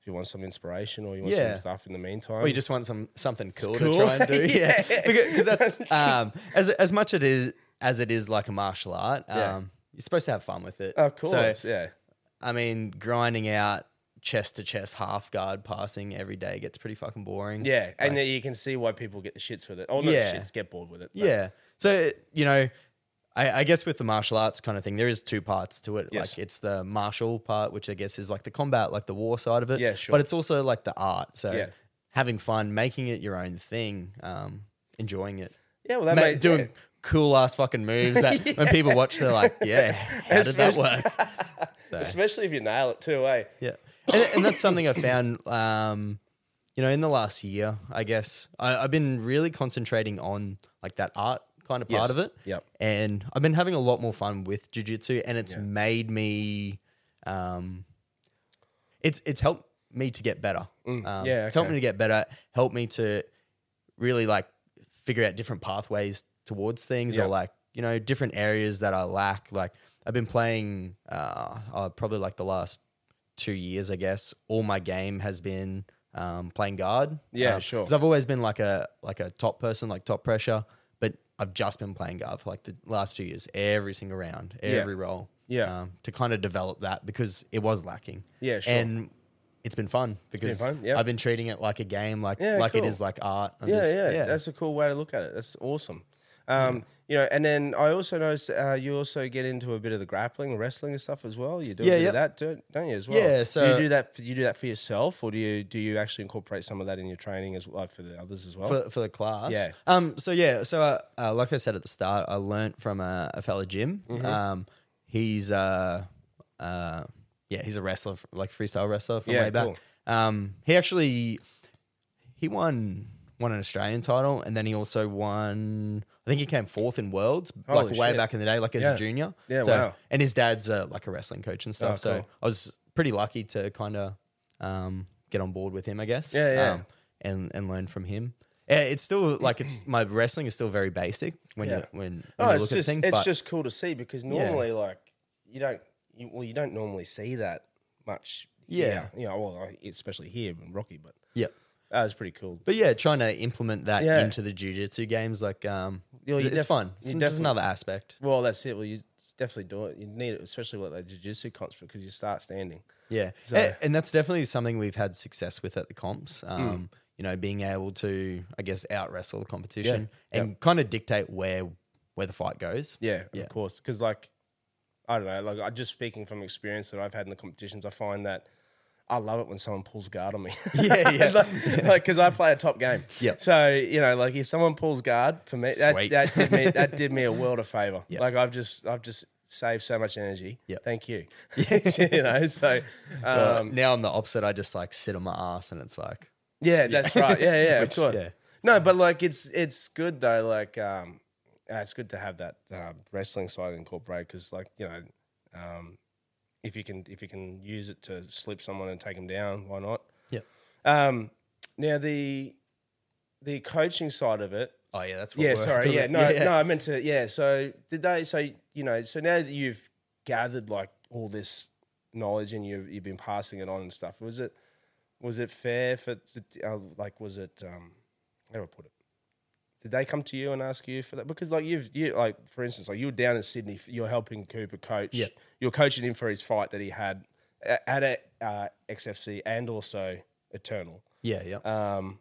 S1: if you want some inspiration or you want
S2: Yeah.
S1: some stuff in the meantime."
S2: Or you just want some something cool,
S1: Cool.
S2: to try
S1: (laughs)
S2: and (laughs) do.
S1: Yeah.
S2: yeah. Because that's um, as, as much it is as it is like a martial art, um,
S1: Yeah.
S2: you're supposed to have fun with it.
S1: of
S2: So,
S1: course, yeah,
S2: I mean, grinding out chest to chest half guard passing every day gets pretty fucking boring.
S1: yeah, and then you can see why people get the shits with it. Oh, not
S2: Yeah.
S1: the shits, get bored with it. but-
S2: Yeah. So, you know, I, I guess with the martial arts kind of thing, there is two parts to it.
S1: Yes.
S2: Like it's the martial part, which I guess is like the combat, like the war side of it.
S1: Yeah, sure.
S2: But it's also like the art. So
S1: Yeah.
S2: having fun, making it your own thing, um, enjoying it.
S1: yeah, well, that
S2: Ma-
S1: made,
S2: doing
S1: yeah.
S2: cool ass fucking
S1: (laughs)
S2: moves that when people watch, they're like, yeah, how did that
S1: Especially-
S2: work?
S1: especially if you nail it too, eh?
S2: Yeah. And, and that's something I found, um, you know, in the last year, I guess I, I've been really concentrating on like that art kind of part
S1: Yes.
S2: of it.
S1: Yep.
S2: And I've been having a lot more fun with jujitsu and it's made me, um, it's, it's helped me to get better. um,
S1: Mm. yeah,
S2: It's helped
S1: okay.
S2: me to get better. Helped me to really like figure out different pathways towards things or
S1: Yep.
S2: like you know different areas that I lack. Like I've been playing uh, uh probably like the last two years, I guess. All my game has been um, playing guard.
S1: Yeah,
S2: Um,
S1: sure.
S2: 'cause I've always been like a like a top person, like top pressure, but I've just been playing guard for like the last two years, every single round, every role.
S1: Yeah.
S2: um, to kind of develop that because it was lacking.
S1: Yeah, sure.
S2: And it's been fun because
S1: fun, yeah.
S2: I've been treating it like a game, like
S1: Yeah,
S2: like
S1: cool.
S2: it is like art. I'm
S1: yeah,
S2: just-
S1: yeah, That's a cool way to look at it. That's awesome. Um, You know, and then I also noticed uh, you also get into a bit of the grappling, wrestling, and stuff as well. You do
S2: Yeah,
S1: a bit of
S2: yeah.
S1: that, don't, don't you? As well,
S2: Yeah,
S1: do
S2: so-
S1: you do that. For, you do that for yourself, or do you do you actually incorporate some of that in your training as well for the others as well?
S2: for, for the class.
S1: Yeah.
S2: Um. So yeah. So uh, uh, like I said at the start, I learnt from a, a fella Jim.
S1: Mm-hmm.
S2: Um. He's uh, uh, yeah, he's a wrestler, f- like freestyle wrestler from
S1: Yeah,
S2: way back.
S1: cool.
S2: Um. He actually he won won an Australian title, and then he also won. I think he came fourth in worlds,
S1: Holy
S2: like way
S1: shit.
S2: back in the day, like as
S1: Yeah.
S2: a junior.
S1: Yeah,
S2: So-
S1: wow.
S2: And his dad's uh, like a wrestling coach and stuff.
S1: Oh,
S2: So
S1: cool.
S2: I was pretty lucky to kind of um, get on board with him, I guess.
S1: Yeah, yeah.
S2: Um, and and learn from him. Yeah, It's still
S1: (clears throat)
S2: like it's my wrestling is still very basic when
S1: Yeah.
S2: you when,
S1: Oh,
S2: when you
S1: it's
S2: look
S1: just
S2: at things.
S1: it's
S2: but
S1: just cool to see because normally, like, you don't you, well, you don't normally see that much.
S2: Yeah.
S1: here, you know, well, I- especially here in Rocky, but
S2: yeah.
S1: that was pretty cool.
S2: But yeah, trying to implement that
S1: Yeah.
S2: into the jujitsu games, like um,
S1: Yeah, you
S2: it's
S1: def-
S2: fun.
S1: you
S2: It's just
S1: definitely-
S2: another aspect.
S1: Well, that's it. Well, you definitely do it. You need it, especially with like the jiu-jitsu comps, because you start standing.
S2: Yeah,
S1: So- Hmm.
S2: A- and, that's definitely something we've had success with at the comps. Um, You know, being able to, I guess, out wrestle the competition and kind of dictate where where the fight goes.
S1: Yeah,
S2: Yeah.
S1: of course. Because like, I don't know. Like, I just speaking from experience that I've had in the competitions, I find that I love it when someone pulls guard on me.
S2: (laughs) Yeah, yeah.
S1: (laughs) like, because I play a top game.
S2: Yep.
S1: So you know, like if someone pulls guard for me, that,
S2: Sweet.
S1: that did me
S2: (laughs)
S1: that did me a world of favor.
S2: Yep.
S1: Like I've just I've just saved so much energy.
S2: Yep.
S1: Thank
S2: (laughs)
S1: you. (laughs) you know. So.
S2: Uh,
S1: Um,
S2: now I'm the opposite. I just like sit on my ass and it's like, (laughs)
S1: Yeah, that's right. Yeah, yeah, of
S2: Which,
S1: course.
S2: yeah. Um,
S1: No, but like it's it's good though. Like, um, uh, it's good to have that um, wrestling side incorporated because, like, you know, um, if you can if you can use it to slip someone and take them down, why not?
S2: yeah,
S1: Um, now the the coaching side of it.
S2: oh yeah, that's what
S1: yeah,
S2: we're
S1: sorry.
S2: talking
S1: Yeah,
S2: about.
S1: no, no, I meant to. Yeah. So did they? So you know, so now that you've gathered like all this knowledge and you've you've been passing it on and stuff, was it was it fair for uh, like was it um how do I put it? Did they come to you and ask you for that? Because like you've you like for instance, like you were down in Sydney, you're helping Cooper coach.
S2: Yeah.
S1: You're coaching him for his fight that he had a- at a, uh, XFC and also Eternal
S2: yeah, yeah.
S1: um,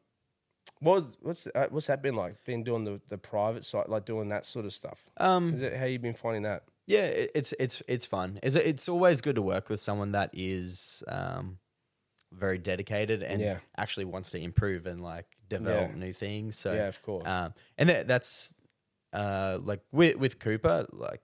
S1: What was, what's uh, what's that been like? Been doing the, the private side, like doing that sort of stuff. Um, Is it, how you been finding that?
S2: yeah, it, it's it's it's fun. It's it's always good to work with someone that is um, very dedicated and
S1: Yeah.
S2: actually wants to improve and like develop
S1: Yeah.
S2: new things. So
S1: Yeah, of course.
S2: Um, and that, that's uh, like with with Cooper, like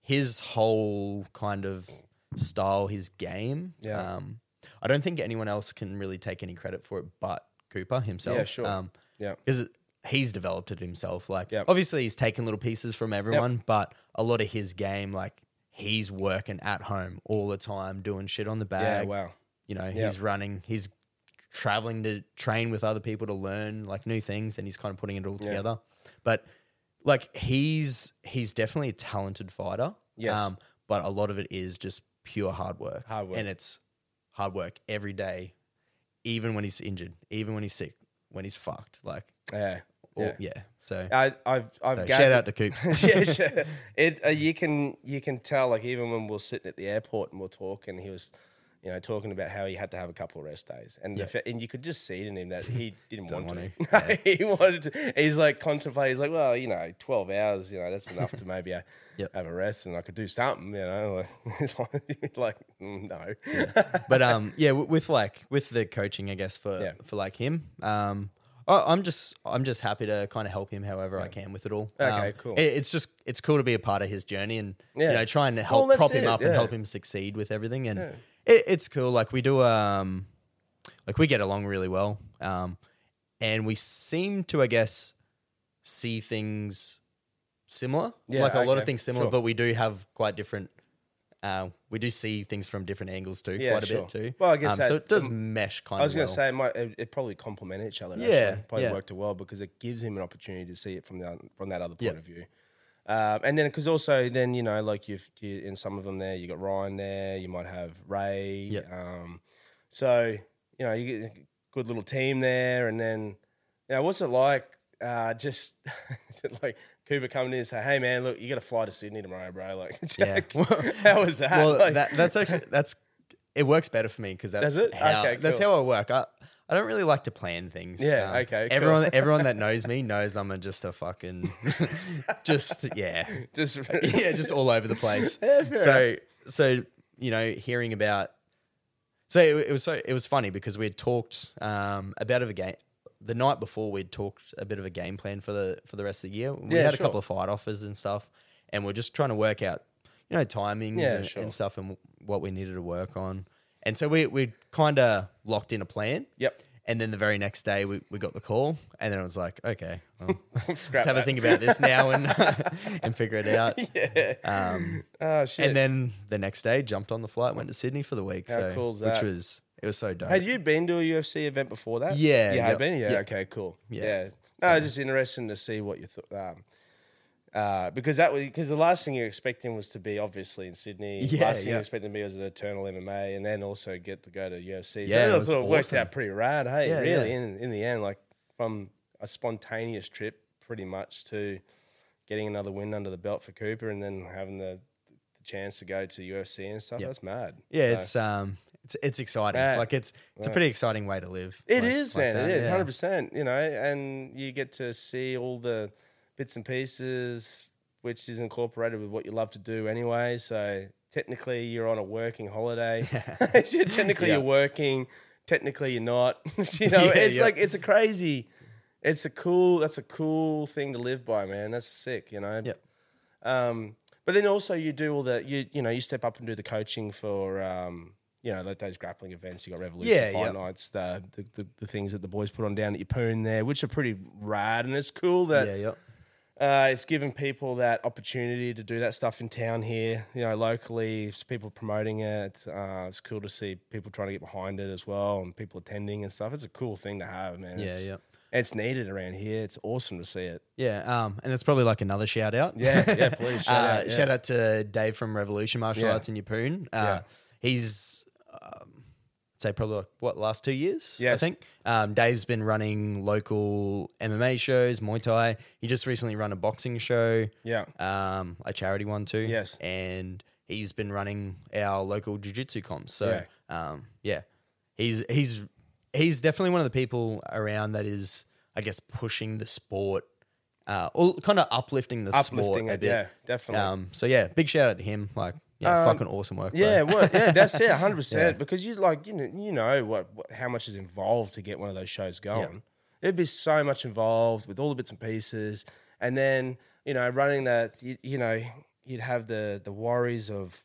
S2: his whole kind of style, his game.
S1: Yeah.
S2: Um, I don't think anyone else can really take any credit for it, but Cooper himself.
S1: Yeah, sure.
S2: Um,
S1: Yeah.
S2: because he's developed it himself. Like,
S1: Yep.
S2: obviously, he's taken little pieces from everyone, but a lot of his game, like, he's working at home all the time, doing shit on the
S1: Yeah,
S2: bag.
S1: wow.
S2: You know,
S1: Yeah.
S2: he's running, he's traveling to train with other people to learn like new things, and he's kind of putting it all together. But like, he's he's definitely a talented fighter. um,
S1: Yes.
S2: but a lot of it is just pure hard work.
S1: Hard work.
S2: and it's hard work every day, even when he's injured, even when he's sick, when he's fucked. Like
S1: Yeah.
S2: or,
S1: Yeah.
S2: yeah. So,
S1: I, I've I've
S2: so shout
S1: gathered-
S2: out to
S1: (laughs)
S2: Coops. (laughs)
S1: yeah, sure. It uh, you can you can tell like even when we are sitting at the airport and we're talking, he was, you know, talking about how he had to have a couple of rest days, and the, fa- and you could just see it in him that
S2: (laughs)
S1: he didn't want, to. (laughs) he wanted. To, he's like contemplating. He's like, well, you know, twelve hours, you know, that's enough to maybe uh
S2: (laughs) Yep.
S1: have a rest, and I could do something, you know. (laughs) Like, it's like, like mm, no, (laughs)
S2: but um, yeah, w- with like with the coaching, I guess for
S1: Yeah.
S2: for like him, um, I, I'm just I'm just happy to kind of help him however I can with it all.
S1: Okay,
S2: Um,
S1: cool.
S2: it- it's just it's cool to be a part of his journey and
S1: Yeah.
S2: you know try and
S1: Well,
S2: help
S1: that's
S2: prop him
S1: it,
S2: up
S1: yeah.
S2: and help him succeed with everything. And it, it's cool. Like we do um, like we get along really well. Um, and we seem to I guess see things similar.
S1: Yeah,
S2: like a lot
S1: okay,
S2: of things similar,
S1: sure.
S2: but we do have quite different. Uh, we do see things from different angles too,
S1: Yeah,
S2: quite a
S1: sure.
S2: bit too. Um,
S1: Well, I guess that-
S2: so. It does mesh kind of.
S1: I was going to
S2: well.
S1: say (laughs) it, might, it, it probably complement each other.
S2: Yeah,
S1: actually. probably
S2: yeah.
S1: worked well because it gives him an opportunity to see it from the from that other point
S2: Yeah.
S1: of view. Um, and then because also then you know like you've you, in some of them there you got Ryan there, you might have Ray.
S2: Yeah.
S1: Um, so you know you get a good little team there, and then you know what's it like? Uh, just (laughs) like Cooper coming in and say, "Hey man, look, you got to fly to Sydney tomorrow, bro." Like, (laughs)
S2: Yeah.
S1: Jack, how was that?
S2: Well,
S1: Like-
S2: that, that's actually
S1: (laughs)
S2: that's it works better for me because that's
S1: Does it?
S2: how
S1: Okay,
S2: that's
S1: cool.
S2: how I work. I I don't really like to plan things. Um,
S1: Yeah, okay, cool.
S2: Everyone
S1: (laughs)
S2: everyone that knows me knows I'm a, just a fucking (laughs) just (laughs) yeah
S1: just
S2: yeah just all over
S1: (laughs)
S2: the place. so so you know hearing about so it, it was so it was funny because we had talked um, about of a game the night before we'd talked a bit of a game plan for the for the rest of the year. We
S1: Yeah,
S2: had a
S1: sure.
S2: couple of fight offers and stuff, and we're just trying to work out you know timings
S1: Yeah,
S2: and,
S1: sure.
S2: and stuff and what we needed to work on. And so we we kind of locked in a plan.
S1: Yep.
S2: And then the very next day we, we got the call, and then it was like, okay, well,
S1: (laughs) (laughs)
S2: let's
S1: Scrap
S2: have a
S1: that.
S2: think about this
S1: (laughs)
S2: now and (laughs) and figure it out. Um,
S1: oh shit.
S2: And then the next day, jumped on the flight, went to Sydney for the week.
S1: How
S2: so,
S1: cool's that?
S2: Which was it was so dope.
S1: Had you been to a UFC event before that?
S2: Yeah,
S1: you had
S2: yep,
S1: been. Yeah,
S2: yep.
S1: okay, cool. Yeah,
S2: Yeah.
S1: no, just interesting to see what you thought. Um, uh, because that was because the last thing you're expecting was to be obviously in Sydney.
S2: Yeah,
S1: last thing you're
S2: yeah.
S1: expecting to be was an eternal MMA, and then also get to go to UFC.
S2: Yeah,
S1: so
S2: it
S1: that
S2: was
S1: sort of worked
S2: awesome.
S1: out pretty rad. Hey,
S2: Yeah,
S1: really,
S2: yeah.
S1: in in the end, like from a spontaneous trip, pretty much to getting another win under the belt for Cooper, and then having the, the chance to go to UFC and stuff. That's mad.
S2: yeah, it's um, it's it's exciting.
S1: That-
S2: like it's it's a pretty exciting way to live.
S1: It
S2: It
S1: is,
S2: is,
S1: man. It is hundred percent. You know, and you get to see all the bits and pieces, which is incorporated with what you love to do anyway. So technically, you're on a working holiday.
S2: (laughs)
S1: (laughs) technically, you're working. Technically, you're not. (laughs)
S2: (laughs)
S1: you know,
S2: Yeah,
S1: it's
S2: yeah.
S1: like it's a crazy. It's a cool. That's a cool thing to live by, man. That's sick. You know.
S2: Yep.
S1: Um, but then also you do all the you you know you step up and do the coaching for um, you know like those grappling events. You got Revolution
S2: Yeah,
S1: Fight
S2: yeah.
S1: Nights, the, the the the things that the boys put on down at Yapoon there, which are pretty rad, and it's cool that
S2: Yeah, yeah.
S1: uh, it's giving people that opportunity to do that stuff in town here, you know, locally. It's people promoting it. Uh, it's cool to see people trying to get behind it as well, and people attending and stuff. It's a cool thing to have, man.
S2: Yeah,
S1: it's,
S2: yeah.
S1: It's needed around here. It's awesome to see
S2: (laughs)
S1: it.
S2: Yeah, um, and that's probably like another shout out.
S1: Yeah, yeah, please, shout
S2: uh,
S1: out, yeah.
S2: Shout out to Dave from Revolution Martial
S1: Yeah.
S2: Arts in Yapoon. Uh, He's, um, I'd say probably like, what last two years. I
S1: Yes.
S2: think um, Dave's been running local MMA shows, Muay Thai. He just recently run a boxing show.
S1: Yeah.
S2: um, a charity one too.
S1: Yes.
S2: and he's been running our local jiu-jitsu comps. So, um, yeah, he's he's he's definitely one of the people around that is I guess pushing the sport, uh, or kind of uplifting the sport
S1: Uplifting
S2: a
S1: it,
S2: bit.
S1: yeah, definitely. Um,
S2: Um, so yeah, big shout out to him. Like, yeah, fucking awesome work. bro.
S1: Yeah, well, yeah, that's it,
S2: (laughs)
S1: hundred percent. Because you like, you know, you know what, what, how much is involved to get one of those shows going. It'd be so much involved with all the bits and pieces, and then you know, running that, you, you know, you'd have the the worries of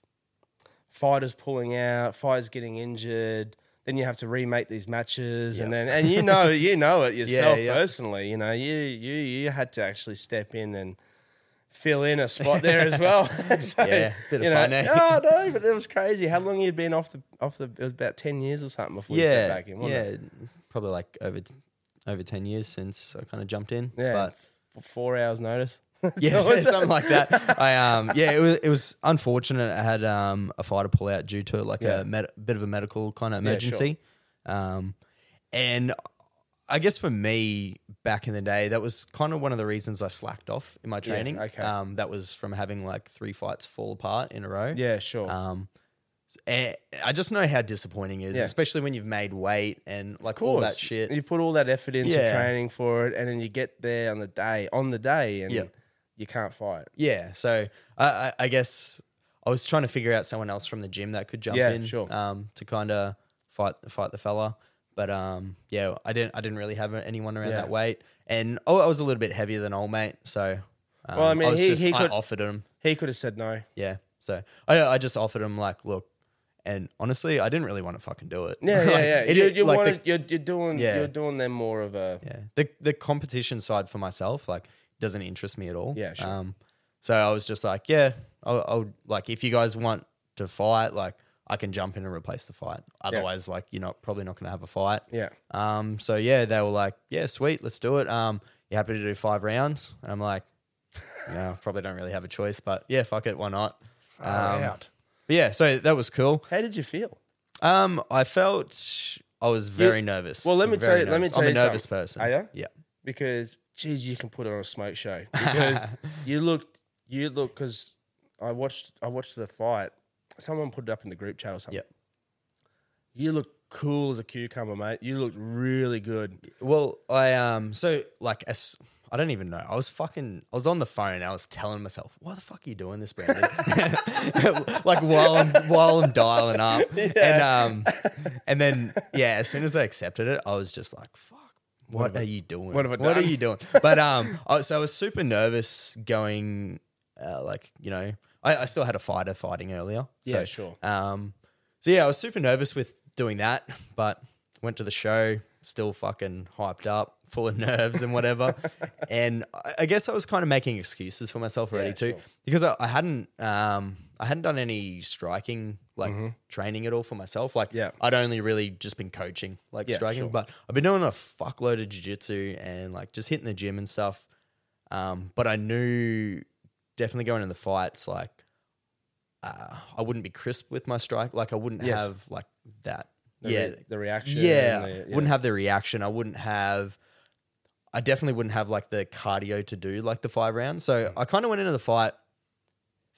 S1: fighters pulling out, fighters getting injured. Then you have to remake these matches, and then and you
S2: (laughs)
S1: know, you know it yourself
S2: yeah.
S1: personally. You know, you you you had to actually step in and fill in a spot there as
S2: (laughs)
S1: well. (laughs) so,
S2: Yeah, bit of
S1: you
S2: fun,
S1: know,
S2: eh?
S1: Oh no, but it was crazy. How long you'd been off the off the it was about ten years or something before you
S2: yeah,
S1: stepped back in, wasn't
S2: yeah.
S1: it?
S2: Probably like over t- over ten years since I kind of jumped in.
S1: Yeah.
S2: but
S1: f- four hours notice. (laughs)
S2: yeah,
S1: So it's-
S2: something like that. I um, yeah, it was it was unfortunate. I had um a fighter pull out due to like
S1: Yeah.
S2: a med- bit of a medical kind of
S1: Yeah, sure.
S2: emergency, um, and I guess for me back in the day, that was kind of one of the reasons I slacked off in my training.
S1: okay.
S2: um, that was from having like three fights fall apart in a row.
S1: Yeah, sure.
S2: Um, and I just know how disappointing it is,
S1: Yeah.
S2: especially when you've made weight and like
S1: Of
S2: all
S1: course.
S2: that shit.
S1: You put all that effort into
S2: Yeah.
S1: training for it, and then you get there on the day, on the day, and
S2: Yeah.
S1: you can't fight.
S2: Yeah. So I, I, I guess I was trying to figure out someone else from the gym that could jump
S1: Yeah,
S2: in
S1: sure.
S2: um, to kind of fight fight the fella. But um, yeah, I didn't I didn't really have anyone around
S1: Yeah.
S2: that weight, and oh, I was a little bit heavier than old mate. So um,
S1: Well, I mean,
S2: was
S1: he-
S2: just,
S1: he
S2: I
S1: could-
S2: offered him.
S1: He could have said no.
S2: Yeah. So I I just offered him like, look, and honestly, I didn't really want to fucking do it.
S1: Yeah,
S2: (laughs) Like,
S1: yeah, yeah.
S2: it-
S1: you,
S2: it-
S1: you
S2: like the-
S1: wanted, you're, you're doing,
S2: Yeah.
S1: you're doing them more of a.
S2: yeah. The the competition side for myself like doesn't interest me at all.
S1: Yeah, sure.
S2: Um, so I was just like, yeah, I'll, I'll like if you guys want to fight, like I can jump in and replace the fight. Otherwise, like you're not probably not going to have a fight.
S1: Yeah.
S2: Um. So yeah, they were like, yeah, sweet, let's do it. Um. You happy to do five rounds? And I'm like, (laughs) no, probably don't really have a choice, but yeah, fuck it, why not? Um,
S1: out.
S2: But yeah, so that was cool.
S1: How did you feel?
S2: Um, I felt I was very nervous.
S1: well, let me
S2: Very
S1: tell you- let me
S2: nervous.
S1: tell
S2: I'm
S1: you
S2: a nervous
S1: something.
S2: person.
S1: Are ya?
S2: Yeah.
S1: because geez, you can put it on a smoke show
S2: (laughs)
S1: because you looked, you look because I watched, I watched the fight. Someone put it up in the group chat or something.
S2: Yeah.
S1: You look cool as a cucumber, mate. You looked really good.
S2: Well, I um so like as I don't even know. I was fucking I was on the phone. I was telling myself, "Why the fuck are you doing this, Brandon?" (laughs) like while I'm while I'm
S1: (laughs)
S2: dialing up, and um, and then yeah, as soon as I accepted it, I was just like, "Fuck, what, are you doing?
S1: what have I
S2: What are
S1: done?"
S2: you doing?" But um, I, so I was super nervous going, uh, like you know, I, I still had a fighter fighting earlier.
S1: Yeah,
S2: so,
S1: sure.
S2: Um, so yeah, I was super nervous with doing that, but went to the show, still fucking hyped up, full of (laughs) nerves and whatever. and I, I guess I was kind of making excuses for myself already too, because I, I hadn't, um, I hadn't done any striking like training at all for myself. Like,
S1: Yeah.
S2: I'd only really just been coaching like striking, but I've been doing a fuckload of jujitsu and like just hitting the gym and stuff. Um, but I knew definitely going in the fights, like uh, I wouldn't be crisp with my strike. Like I wouldn't
S1: Yes.
S2: have like that.
S1: The
S2: yeah,
S1: re- the reaction and
S2: Yeah,
S1: the- yeah.
S2: wouldn't have the reaction. I wouldn't have. I definitely wouldn't have like the cardio to do like the five rounds. So
S1: Mm.
S2: I kind of went into the fight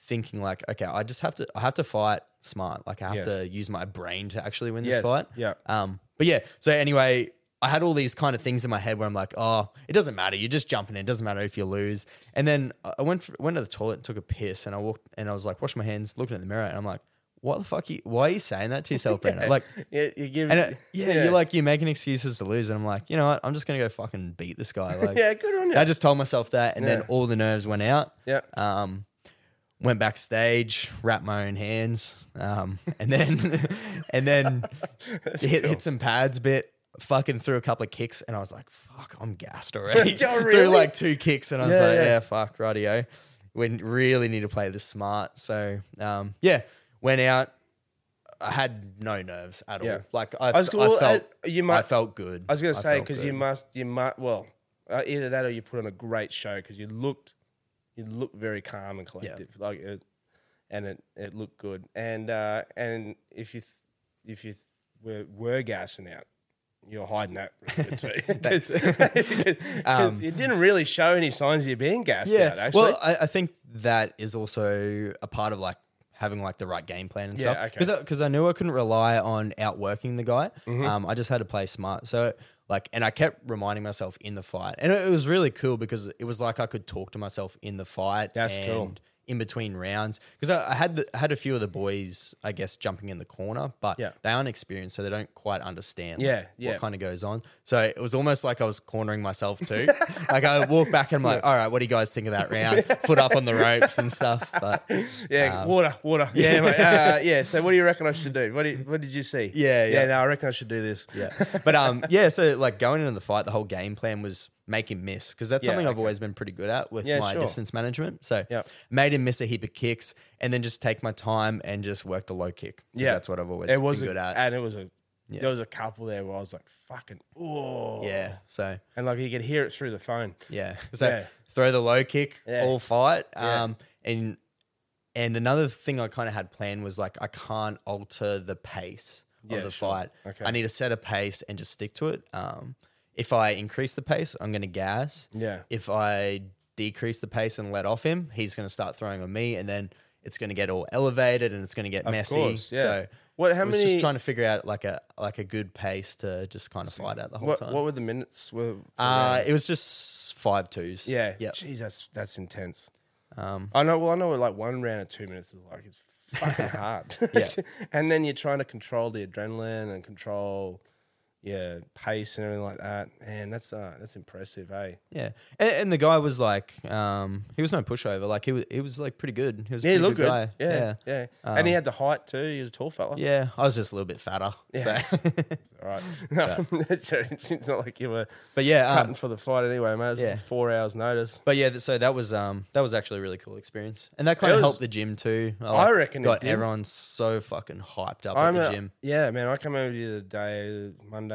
S2: thinking like, okay, I just have to. I have to fight smart. Like I have
S1: Yes.
S2: to use my brain to actually win this
S1: Yes,
S2: fight.
S1: yeah.
S2: Um. But yeah. So anyway. I had all these kind of things in my head where I'm like, oh, it doesn't matter. You're just jumping in. It doesn't matter if you lose. And then I went for, went to the toilet, took a piss, and I walked and I was like, wash my hands, looking at the mirror, and I'm like, what the fuck? Are you, why are you saying that to yourself, Brandon? Like,
S1: (laughs) Yeah, you give.
S2: and it, yeah,
S1: yeah.
S2: you're like you're making excuses to lose, and I'm like, you know what? I'm just gonna go fucking beat
S1: (laughs)
S2: this guy. Like,
S1: Yeah, good on you.
S2: I just told myself that, and then
S1: Yeah.
S2: all the nerves went out.
S1: Yeah.
S2: Um, went backstage, wrapped my own hands, um,
S1: (laughs)
S2: and then and then hit, hit some pads a bit. Fucking threw a couple of kicks, and I was like, "Fuck,
S1: (laughs)
S2: I'm gassed already."
S1: Oh, really?
S2: (laughs) Threw like two kicks, and I was
S1: Yeah,
S2: like,
S1: yeah.
S2: "Yeah, fuck, radio." We really need to play this smart. So, um, yeah, went out. I had no nerves at all.
S1: Yeah.
S2: Like I,
S1: I was
S2: f-
S1: cool.
S2: I felt,
S1: I- you might-
S2: I felt good.
S1: I was gonna say
S2: felt
S1: because you
S2: good.
S1: must, you must. Well, uh, either that or you put on a great show because you looked, you looked very calm and collective, like it, and it it looked good. And uh, and if you th- if you th- were were gassing out, you're hiding that. a bit
S2: (laughs)
S1: too. 'Cause- (laughs) 'cause you didn't really show any signs of you being gassed out. Actually,
S2: Um, Well, I, I think that is also a part of like having like the right game plan and
S1: Yeah,
S2: stuff.
S1: okay. Mm-hmm.
S2: Because I, knew I couldn't rely on outworking the guy. Um, I just had to play smart. So Like, and I kept reminding myself in the fight, and it, it was really cool because it was like I could talk to myself in the fight.
S1: That's
S2: and
S1: cool.
S2: In between rounds, because I, I had the, had a few of the boys, I guess, jumping in the corner, but
S1: Yeah.
S2: they aren't experienced, so they don't quite understand. like,
S1: Yeah, yeah.
S2: What kind of goes on? So it was almost like I was cornering myself
S1: (laughs)
S2: too. like I walk back and I'm like, all right, what do you guys think of that round? Foot up on the ropes and stuff. But uh,
S1: Yeah,
S2: um,
S1: water,
S2: (laughs)
S1: water. Yeah, mate. Uh, yeah. So, what do you reckon I should do? What, do you, what did you see?
S2: Yeah,
S1: yeah.
S2: yeah.
S1: No, I reckon I should do this. (laughs)
S2: Yeah. But um, yeah, so like going into the fight, the whole game plan was make him miss because that's
S1: Yeah,
S2: something I've
S1: okay.
S2: always been pretty good at with
S1: Yeah,
S2: my
S1: sure.
S2: distance management. So
S1: Yeah.
S2: made him miss a heap of kicks and then just take my time and just work the low kick. 'cause
S1: Yeah,
S2: That's what I've always
S1: It was
S2: been
S1: a-
S2: good at.
S1: and it was a.
S2: Yeah.
S1: There was a couple there where I was like, "Fucking oh."
S2: yeah. So
S1: And like you could hear it through the phone.
S2: Yeah. So
S1: Yeah.
S2: throw the low kick,
S1: Yeah.
S2: all fight.
S1: Yeah.
S2: Um, and and another thing I kind of had planned was like I can't alter the pace
S1: Yeah,
S2: of the
S1: sure.
S2: fight.
S1: Okay.
S2: I need to set a pace and just stick to it. Um, if I increase the pace, I'm going to gas.
S1: Yeah.
S2: If I decrease the pace and let off him, he's going to start throwing on me, and then it's going to get all elevated and it's going to get messy.
S1: course, yeah.
S2: So
S1: What- how
S2: I was
S1: many-
S2: Just trying to figure out like a like a good pace to just kind of fight out the whole
S1: What
S2: time.
S1: What were the minutes? Were
S2: Uh, it was just five twos.
S1: yeah.
S2: Yeah.
S1: Jeez, that's that's intense. Um, I know. Well, I know. Like one round of two minutes is like it's
S2: (laughs)
S1: fucking hard.
S2: Yeah.
S1: (laughs) and then you're trying to control the adrenaline and control. Yeah, pace and everything like that. Man, that's uh, that's impressive, eh?
S2: Yeah. And, and the guy was like, um, he was no pushover. Like he was, he was like pretty good. He was a
S1: Yeah, he
S2: pretty
S1: looked
S2: good,
S1: good.
S2: guy. Um,
S1: Yeah, yeah. and he had the height too. He was a tall fella.
S2: Yeah. I was just a little bit fatter.
S1: Yeah.
S2: So. (laughs)
S1: All right. No, so (laughs) it's not like you were
S2: but yeah.
S1: cutting
S2: Um,
S1: for the fight anyway, mate. It was
S2: yeah.
S1: Four hours notice.
S2: but yeah, th- so that was um that was actually a really cool experience, and that kind
S1: It
S2: of
S1: was-
S2: helped the gym too.
S1: I reckon it
S2: got
S1: did.
S2: everyone so fucking hyped up
S1: I'm
S2: at the
S1: a-
S2: gym.
S1: Yeah, man. I came over the other day, Monday,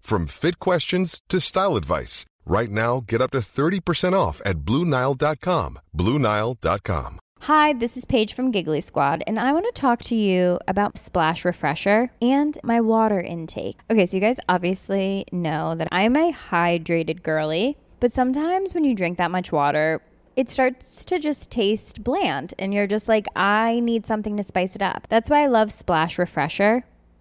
S3: from fit questions to style advice. Right now, get up to 30% off at BlueNile.com. BlueNile.com.
S4: Hi, this is Paige from Giggly Squad, and I want to talk to you about Splash Refresher and my water intake. Okay, so you guys obviously know that I'm a hydrated girly, but sometimes when you drink that much water, it starts to just taste bland, and you're just like, I need something to spice it up. That's why I love Splash Refresher.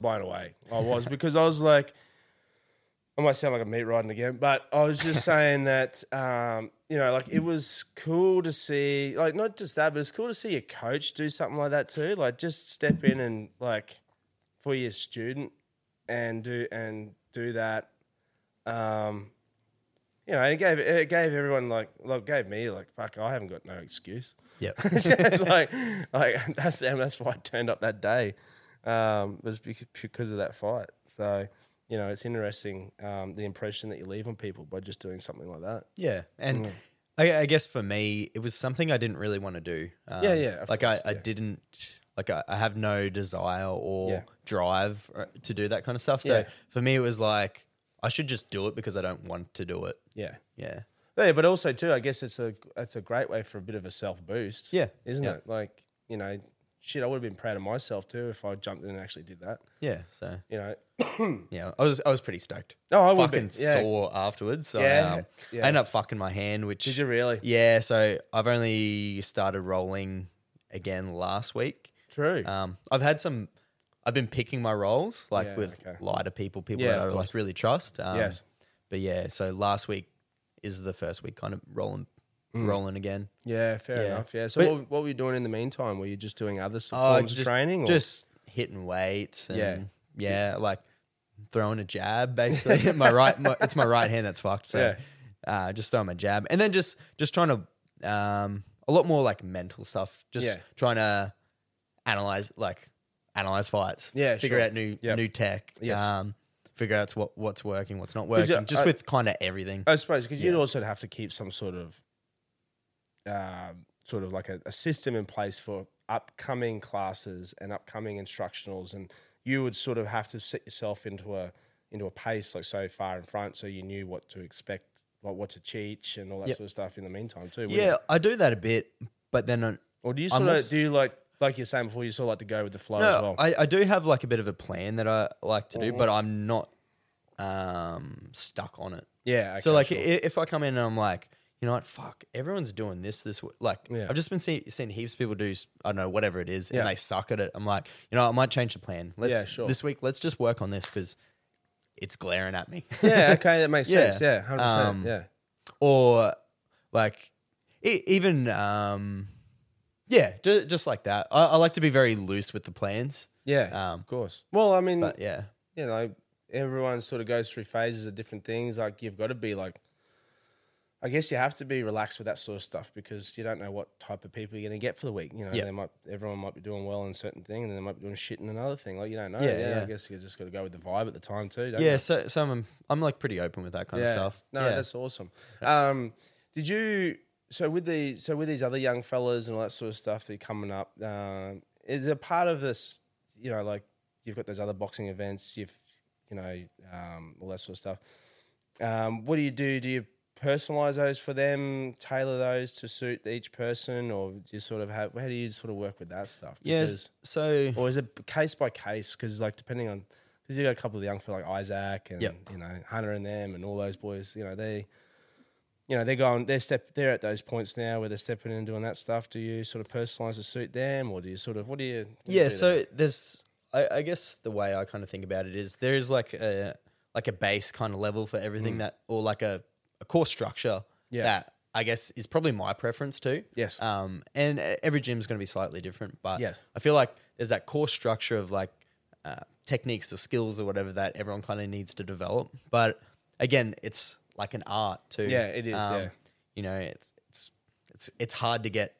S1: blown away. I was (laughs) because I was like, I might sound like I'm meat riding again, but I was just saying that, um, you know, like it was cool to see, like not just that, but it's cool to see your coach do something like that too. Like just step in and like for your student and do and do that. Um, you know, and it gave it gave everyone like, like gave me like, fuck, I haven't got no excuse. (laughs)
S2: Yep.
S1: like, like (laughs) that's and that's why I turned up that day. Um, was bec- because of that fight. So, you know, it's interesting um, the impression that you leave on people by just doing something like that.
S2: Yeah, and
S1: Mm.
S2: I, I guess for me, it was something I didn't really want to do. Um,
S1: Yeah, yeah, of
S2: Like
S1: course,
S2: I, I didn't. Like I, I have no desire or
S1: Yeah.
S2: drive uh, to do that kind of stuff. So
S1: Yeah.
S2: for me, it was like I should just do it because I don't want to do it.
S1: Yeah.
S2: Yeah,
S1: Yeah, but also too, I guess it's a it's a great way for a bit of a self boost.
S2: Yeah,
S1: isn't
S2: yeah.
S1: it? Like you know, shit, I would have been proud of myself too if I jumped in and actually did that.
S2: yeah. So
S1: You know,
S2: yeah, I was I was pretty stoked.
S1: No, I would be,
S2: fucking
S1: yeah.
S2: sore afterwards. So
S1: Yeah,
S2: I, um,
S1: yeah.
S2: I ended up fucking my hand. Which
S1: Did you really?
S2: Yeah. So I've only started rolling again last week.
S1: true.
S2: Um, I've had some. I've been picking my roles like
S1: Yeah,
S2: with
S1: okay.
S2: lighter people, people
S1: Yeah,
S2: that
S1: of
S2: I
S1: course.
S2: like really trust. Um,
S1: Yes.
S2: But yeah, so last week is the first week kind of rolling,
S1: Mm.
S2: rolling again.
S1: yeah, fair
S2: yeah.
S1: enough. Yeah. So
S2: But-
S1: what, what were you doing in the meantime? Were you just doing other s-
S2: Oh,
S1: forms of training? Or?
S2: just hitting weights. And
S1: Yeah.
S2: yeah. (laughs) Yeah, like throwing a jab basically. my right, my, it's my right hand that's fucked. So
S1: Yeah.
S2: yeah, Uh, just throwing my jab, and then just just trying to um, a lot more like mental stuff. Just
S1: Yeah.
S2: trying to analyze like analyze fights.
S1: Yeah,
S2: figure
S1: sure.
S2: out new
S1: Yep.
S2: new tech.
S1: Yes.
S2: Um, figure out what what's working, what's not
S1: 'Cause, uh,
S2: working. Just
S1: I-
S2: with kind of everything.
S1: I suppose because you'd also have to keep some sort of, um sort of like a, a system in place for upcoming classes and upcoming instructionals, and you would sort of have to set yourself into a into a pace like so far in front, so you knew what to expect, what what to teach, and all that
S2: Yep.
S1: sort of stuff. In the meantime, too. wouldn't
S2: yeah,
S1: you?
S2: I do that a bit, but then uh, I,
S1: Or do you
S2: I'm
S1: sort of
S2: also-
S1: do you like like you're saying before? You sort of like to go with the flow
S2: no,
S1: as well. Mm-hmm.
S2: I, I do have like a bit of a plan that I like to do, but I'm not um, stuck on it.
S1: Yeah,
S2: so
S1: okay,
S2: like
S1: sure.
S2: i if I come in and I'm like, you know what, fuck, everyone's doing this this way. Like
S1: Yeah.
S2: I've just been see, seeing heaps of people do s- I don't know whatever it is,
S1: Yeah.
S2: and they suck at it. I'm like, you know, I might change the plan. Let's
S1: Yeah, sure.
S2: this week. Let's just work on this because it's glaring at me. (laughs)
S1: yeah, okay, that makes
S2: Yeah.
S1: sense. Yeah, hundred
S2: Um,
S1: percent. Yeah,
S2: or like e- even um yeah ju- just like that I, I like to be very loose with the plans
S1: yeah,
S2: um
S1: of course. Well, I mean,
S2: but yeah
S1: you know, everyone sort of goes through phases of different things. Like you've got to be like, I guess you have to be relaxed with that sort of stuff because you don't know what type of people you're going to get for the week. You know,
S2: Yeah.
S1: they might everyone might be doing well in a certain thing, and they might be doing shit in another thing. Like you don't know.
S2: Yeah,
S1: Yeah,
S2: yeah.
S1: I guess you just got to go with the vibe at the time too. Don't
S2: yeah
S1: you?
S2: so, so I'm, I'm like pretty open with that kind of stuff
S1: No,
S2: yeah.
S1: that's awesome. Um, did you so with the so with these other young fellas and all that sort of stuff that are coming up? Um, is a part of this, you know, like you've got those other boxing events, you've you know um, all that sort of stuff. Um, what do you do? Do you personalize those for them, tailor those to suit each person, or do you sort of have? How do you sort of work with that stuff?
S2: yes so
S1: or is it case by case? Because like depending on, because you got a couple of the young for like Isaac and
S2: Yep.
S1: you know Hunter and them and all those boys. You know they, you know they're going, they're step, they're at those points now where they're stepping in and doing that stuff. Do you sort of personalize to suit them, or do you sort of what do you? what do you
S2: yeah
S1: do
S2: so
S1: there?
S2: there's I, I guess the way i kind of think about it is there is like a like a base kind of level for everything that or like a, a core structure
S1: Mm. Yeah.
S2: that i guess is probably my preference too
S1: Yes.
S2: um and e- every gym is going to be slightly different but
S1: Yes.
S2: i feel like there's that core structure of like uh, techniques or skills or whatever that everyone kind of needs to develop but again it's like an art too Um,
S1: Yeah, it is, yeah.
S2: you know it's it's it's it's hard to get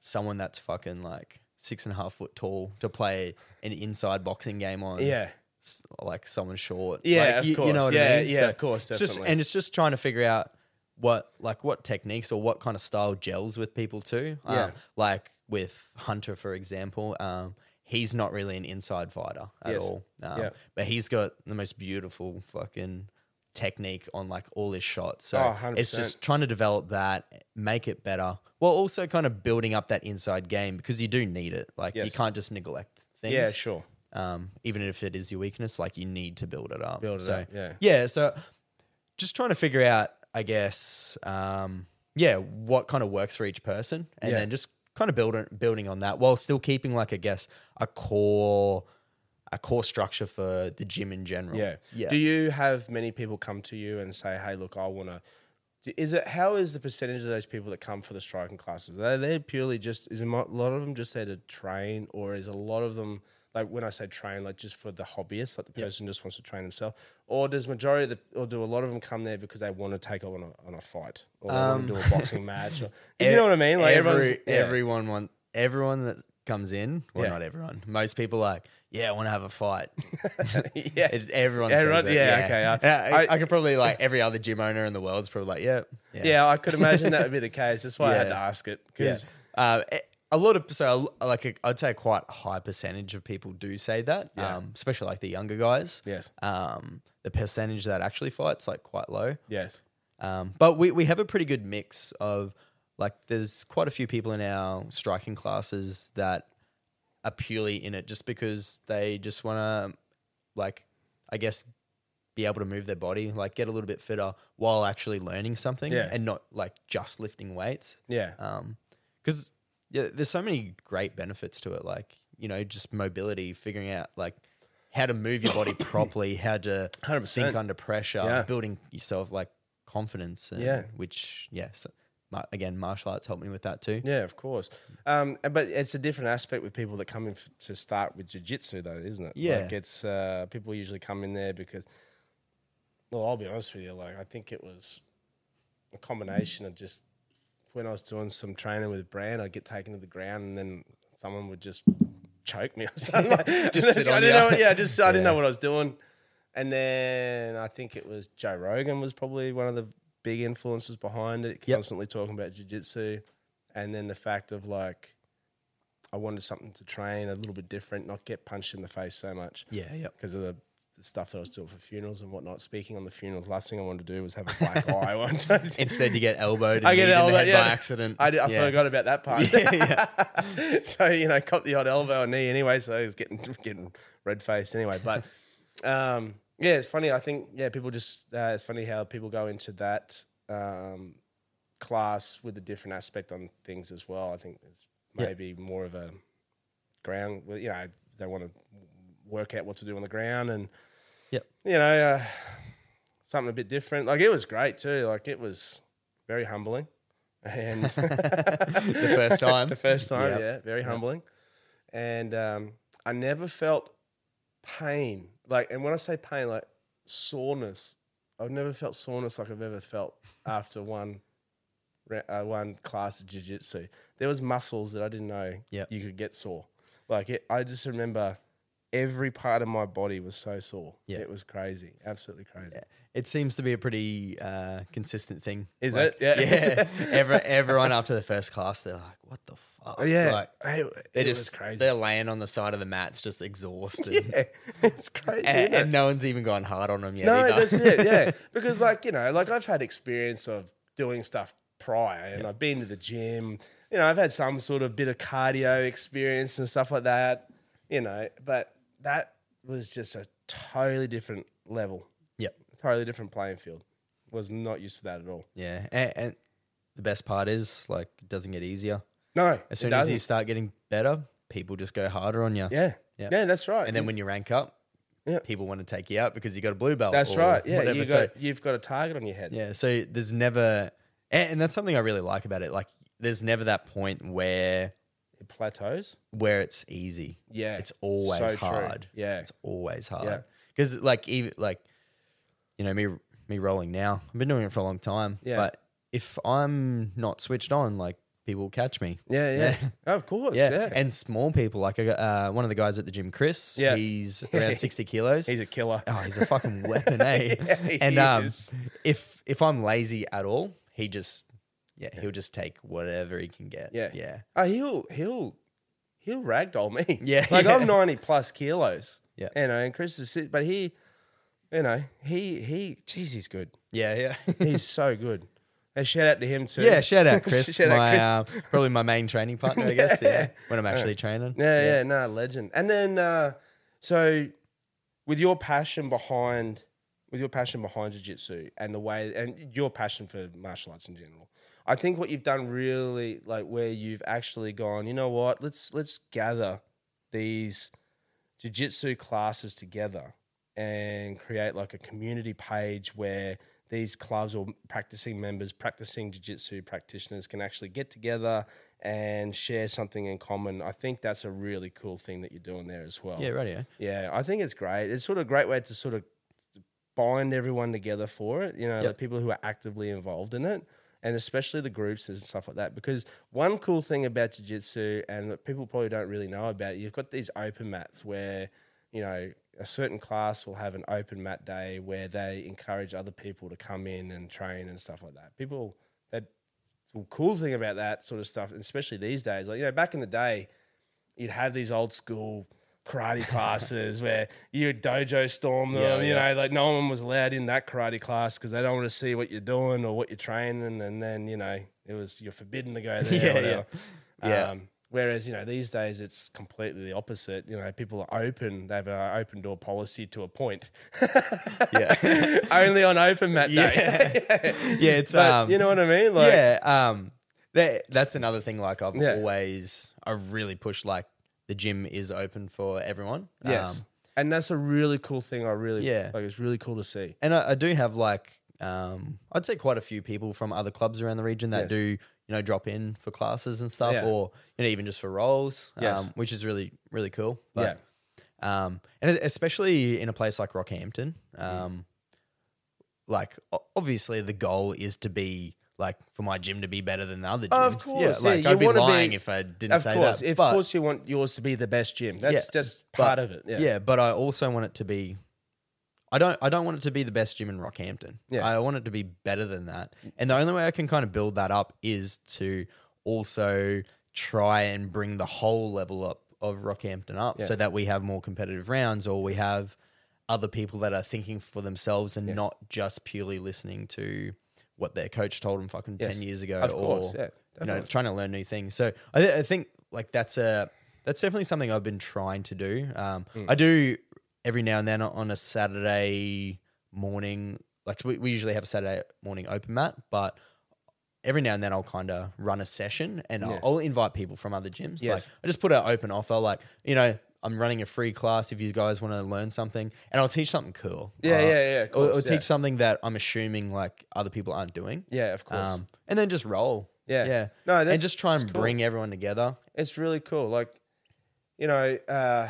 S2: someone that's fucking like six and a half foot tall to play an inside boxing game on.
S1: Yeah.
S2: s- Like someone short.
S1: Yeah,
S2: Like,
S1: of
S2: you, you know
S1: course.
S2: what I
S1: Yeah,
S2: mean?
S1: yeah, of course,
S2: it's just-
S1: definitely.
S2: and it's just trying to figure out what like what techniques or what kind of style gels with people too.
S1: Yeah.
S2: Um, like with Hunter, for example, um, he's not really an inside fighter at
S1: Yes.
S2: all. Um,
S1: Yeah.
S2: But he's got the most beautiful fucking technique on like all his shots. So
S1: Oh,
S2: it's
S1: 100%.
S2: just trying to develop that, make it better, while also kind of building up that inside game because you do need it. Like you
S1: Yes.
S2: can't just neglect things.
S1: yeah, sure.
S2: Um, even if it is your weakness, like you need to build it up.
S1: Build it
S2: so,
S1: up, yeah.
S2: Yeah. So just trying to figure out, I guess, um, yeah, what kind of works for each person, and
S1: Yeah.
S2: then just kind of building building on that while still keeping like I guess a core a core structure for the gym in general.
S1: Yeah.
S2: Yeah.
S1: Do you have many people come to you and say, "Hey, look, I want to"? Is it how is the percentage of those people that come for the striking classes? Are they purely just is a mo- lot of them just there to train, or is a lot of them like when I say train, like just for the hobbyist, like the person just wants to train themselves, or does majority of the or do a lot of them come there because they want to take on a, on a fight or they want to do a boxing match?
S2: (laughs)
S1: Or, you know what I mean? Like everyone's
S2: Um, E- every,
S1: yeah.
S2: everyone want everyone that comes in. Well,
S1: Yeah.
S2: not everyone. Most people are like, yeah, I want to have a fight.
S1: (laughs) yeah.
S2: It- everyone,
S1: Everyone-
S2: says it,
S1: yeah, okay, uh,
S2: And I, I,
S1: I-
S2: could probably like
S1: (laughs)
S2: every other gym owner in the world's probably like, yeah, yeah,
S1: yeah, I could imagine that would be the case. That's why I had
S2: Yeah.
S1: to ask it
S2: yeah.
S1: because
S2: Uh, eh, a lot of so a l- like a, I'd say quite a high percentage of people do say that, um, especially like the younger guys.
S1: Yes.
S2: Um, the percentage that actually fights like quite low.
S1: yes,
S2: Um, but we, we have a pretty good mix of like there's quite a few people in our striking classes that are purely in it just because they just want to like I guess be able to move their body, like get a little bit fitter while actually learning something
S1: Yeah.
S2: and not like just lifting weights.
S1: yeah,
S2: Um, because yeah, there's so many great benefits to it. Like you know, just mobility, figuring out like how to move your
S1: (coughs)
S2: body properly, how to
S1: 100%.
S2: think under pressure,
S1: Yeah.
S2: building yourself like confidence. And,
S1: Yeah.
S2: Which yes, ma- again, martial arts helped me with that too.
S1: Yeah, of course. Um, but it's a different aspect with people that come in f- to start with jiu-jitsu, though, isn't it?
S2: Yeah.
S1: Like it's uh, people usually come in there because. Well, I'll be honest with you. Like, I think it was a combination of just when I was doing some training with Brand, I'd get taken to the ground and then someone would just
S5: (laughs)
S1: choke me or something. Like,
S5: Just sit
S1: (laughs) I
S5: on
S1: didn't
S5: ya.
S1: know. Yeah, just I didn't know
S5: Yeah.
S1: what I was doing. And then I think it was Joe Rogan was probably one of the big influences behind it, constantly talking about jiu-jitsu. And then the fact of like I wanted something to train a little bit different, not get punched in the face so much.
S2: Yeah, yeah.
S1: Because of the, the stuff that I was doing for funerals and whatnot. Speaking on the funerals, last thing I wanted to do was have a black eye one time. (laughs)
S2: Instead, you get elbowed. And
S1: I get
S2: kneed in the
S1: elbowed
S2: head
S1: yeah.
S2: by accident.
S1: I, did, I
S2: (laughs) Yeah.
S1: forgot about that part. (laughs) so you know, caught the odd elbow or knee anyway. So I was getting (laughs) getting red faced anyway. But (laughs) um, yeah, it's funny. I think yeah, people just uh, it's funny how people go into that um, class with a different aspect on things as well. I think it's
S5: Yeah.
S1: maybe more of a ground. well, You know, they want to work out what to do on the ground and
S2: Yep.
S1: you know uh, something a bit different. Like it was great too. Like it was very humbling.
S2: (laughs)
S1: And (laughs) the
S2: first time.
S1: the first time,
S2: Yep.
S1: yeah, very
S2: Yep.
S1: humbling. And um, I never felt pain. Like, and when I say pain, like soreness, I've never felt soreness like I've ever felt after one re- uh, one class of jiu-jitsu. There was muscles that I didn't know you could get sore. Like, it, I just remember every part of my body was so sore.
S2: Yeah.
S1: It was crazy, absolutely crazy.
S2: It seems to be a pretty uh, consistent thing.
S1: Is
S2: Like,
S1: it? Yeah.
S2: Yeah.
S1: (laughs)
S2: Every, everyone after the first class, they're like, what the fuck?
S1: Oh, yeah.
S2: Like,
S1: It-
S2: they're
S1: it was
S2: just,
S1: crazy.
S2: they're laying on the side of the mats just exhausted.
S1: (laughs) it's crazy.
S2: And,
S1: isn't it?
S2: and no one's even gone hard on them yet.
S1: no,
S2: either. (laughs)
S1: that's it. Yeah, because like you know, like I've had experience of doing stuff prior, and I've been to the gym. You know, I've had some sort of bit of cardio experience and stuff like that. You know, but that was just a totally different level.
S2: Yep.
S1: totally different playing field. Was not used to that at all.
S2: Yeah, and, and the best part is like it doesn't get easier.
S1: No, it
S2: as soon as you
S1: doesn't.
S2: start getting better, people just go harder on you.
S1: Yeah. Yeah, that's right.
S2: And then
S1: You-
S2: when you rank up, people want to take you out because you got a blue belt.
S1: That's
S2: or
S1: right. Yeah,
S2: whatever.
S1: you
S2: So-
S1: got, you've got a target on your head.
S2: yeah, so there's never, and, and that's something I really like about it. Like, there's never that point where
S1: it plateaus,
S2: where it's easy.
S1: Yeah,
S2: it's always
S1: so true.
S2: hard.
S1: Yeah.
S2: it's always
S1: Yeah.
S2: hard because like even like you know me me rolling now. I've been doing it for a long time.
S1: Yeah.
S2: but if I'm not switched on, like people will catch me.
S1: Yeah, Oh, yeah. (laughs) Of
S2: (laughs)
S1: course, yeah.
S2: And small people, like I got, uh, one of the guys at the gym, Chris.
S1: Yeah. (laughs)
S2: he's around sixty kilos.
S1: He's a killer.
S2: Oh, he's a
S1: (laughs)
S2: fucking weapon, eh?
S1: Yeah, he
S2: and um,
S1: is.
S2: if if I'm lazy at all, he just yeah, he'll just take whatever he can get.
S1: Yeah.
S2: yeah.
S1: Oh, he'll he'll he'll ragdoll me.
S2: (laughs) Yeah.
S1: Like
S2: Yeah.
S1: I'm ninety plus kilos.
S2: Yeah.
S1: You know, and Chris is sit- but he you know, he he jeez he's good.
S2: Yeah, yeah. (laughs)
S1: he's so good. And shout out to him too.
S2: Yeah,
S1: (laughs)
S2: shout out Chris,
S1: Shout out
S2: my
S1: Chris.
S2: Uh, probably my main training partner,
S1: (laughs)
S2: I guess. yeah. when I'm actually training.
S1: Yeah, yeah, no, legend. And then uh, so with your passion behind with your passion behind jiu-jitsu and the way and your passion for martial arts in general. I think what you've done really like where you've actually gone, you know what? Let's let's gather these jiu-jitsu classes together and create like a community page where these clubs or practicing members, practicing jiu-jitsu practitioners can actually get together and share something in common. I think that's a really cool thing that you're doing there as well. (laughs)
S2: Yeah, rightio.
S1: Yeah, I think it's great. It's sort of a great way to sort of bind everyone together for it, you know, the
S2: Yep.
S1: people who are actively involved in it. And especially the groups and stuff like that. Because one cool thing about Jiu Jitsu and that people probably don't really know about, you've got these open mats where, you know, a certain class will have an open mat day where they encourage other people to come in and train and stuff like that. People, that the cool thing about that sort of stuff, and especially these days, like, you know, back in the day, you'd have these old school
S5: (laughs)
S1: karate classes where you would dojo storm them,
S5: Yeah,
S1: you
S5: yeah.
S1: know, like no one was allowed in that karate class because they don't want to see what you're doing or what you're training. And then, you know, it was you're forbidden
S5: (laughs)
S1: to go there.
S5: Yeah,
S1: or whatever.
S5: yeah. Yeah.
S1: Um, whereas, you know, these days it's completely the opposite. You know, people are open, they have an open door policy to a point. yeah. (laughs) Only on open
S5: (laughs)
S1: mat day. (laughs)
S2: yeah, it's
S1: But
S2: um,
S1: you know what I mean? Like-
S2: yeah, um, that that's another thing. Like I've
S1: Yeah.
S2: always I've really pushed like the gym is open for everyone.
S1: Yes.
S2: Um,
S1: and that's a really cool thing. I really,
S2: Yeah.
S1: like it's really cool to see.
S2: and I, I do have like um, I'd say quite a few people from other clubs around the region that
S1: Yes.
S2: do you know drop in for classes and stuff,
S1: Yeah.
S2: or you know even just for roles,
S1: Yes.
S2: um, which is really really cool. But, yeah, um, and es- especially in a place like Rockhampton, um, like o- obviously the goal is to be like for my gym to be better than the other gyms.
S1: Of course,
S2: yeah, like
S1: you
S2: I'd be
S1: wanna
S2: lying if I didn't
S1: of
S2: say
S1: course,
S2: that.
S1: Of
S2: but-
S1: course, you want yours to be the best gym. That's
S2: yeah,
S1: just
S2: but-
S1: part of it. Yeah.
S2: but I also want it to be. I don't. I don't want it to be the best gym in Rockhampton.
S1: Yeah.
S2: I want it to be better than that. And the only way I can kind of build that up is to also try and bring the whole level up of Rockhampton up,
S1: Yeah.
S2: so that we have more competitive rounds, or we have other people that are thinking for themselves and not just purely listening to what their coach told them fucking
S1: Yes.
S2: ten years ago,
S1: Of
S2: or
S1: course, yeah,
S2: you know,
S1: definitely.
S2: trying to learn new things. So I, th- I think like that's a that's definitely something I've been trying to do. Um,
S1: Hmm.
S2: I do every now and then on a Saturday morning. Like we, we usually have a Saturday morning open mat, but every now and then I'll kind of run a session and I'll, I'll invite people from other gyms.
S1: Yes.
S2: Like I just put out open offer, like you know. I'm running a free class if you guys want to learn something, and I'll teach something cool.
S1: Yeah,
S2: Uh,
S1: yeah, yeah, of
S2: or- or,
S1: course, yeah.
S2: teach something that I'm assuming like other people aren't doing.
S1: Yeah, of course.
S2: Um, and then just roll.
S1: Yeah.
S2: yeah.
S1: No,
S2: and
S1: that's-
S2: just try
S1: that's
S2: and
S1: cool.
S2: bring everyone together.
S1: it's really cool. Like, you know, uh,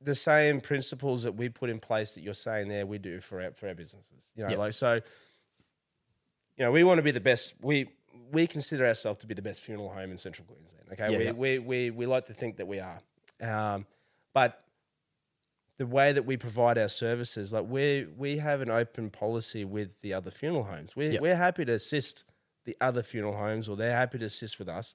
S1: the same principles that we put in place that you're saying there, we do for our, for our businesses. You know,
S2: Yep.
S1: like so. You know, we want to be the best. We we consider ourselves to be the best funeral home in Central Queensland. Okay,
S2: Yeah,
S1: we,
S2: yeah.
S1: we we we like to think that we are, um, but the way that we provide our services, like we we have an open policy with the other funeral homes. We
S2: Yeah.
S1: we're happy to assist the other funeral homes, or they're happy to assist with us,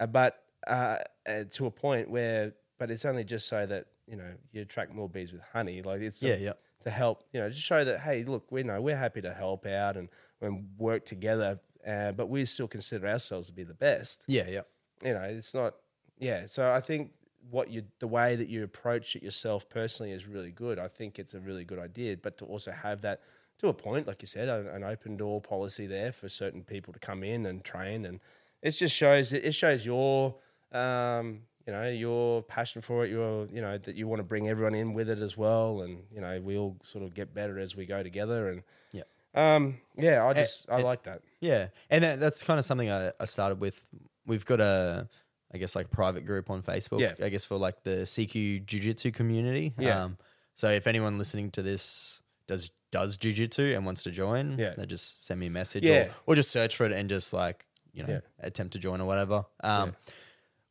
S1: uh, but uh, uh, to a point where, but it's only just so that you know you attract more bees with honey. Like it's to-
S2: Yeah, yeah.
S1: to help you know just show that hey, look, we know we're happy to help out and and work together, uh, but we still consider ourselves to be the best
S2: Yeah, yeah.
S1: you know, it's not. Yeah, so I think what you the way that you approach it yourself personally is really good. I think it's a really good idea, but to also have that to a point, like you said, an, an open door policy there for certain people to come in and train, and it just shows it shows your um, you know your passion for it. Your you know that you want to bring everyone in with it as well, and you know we all sort of get better as we go together. And
S2: Yeah.
S1: um, yeah, I just I like that.
S2: Yeah, and that, that's kind of something I, I started with. We've got a, I guess, like private group on Facebook.
S1: Yeah.
S2: I guess for like the CQ Jiu Jitsu community.
S1: Yeah.
S2: Um, so if anyone listening to this does does Jiu Jitsu and wants to join,
S1: Yeah.
S2: they just send me a message.
S1: Yeah.
S2: Or, or just search for it and just like you know
S1: Yeah.
S2: attempt to join or whatever. Um,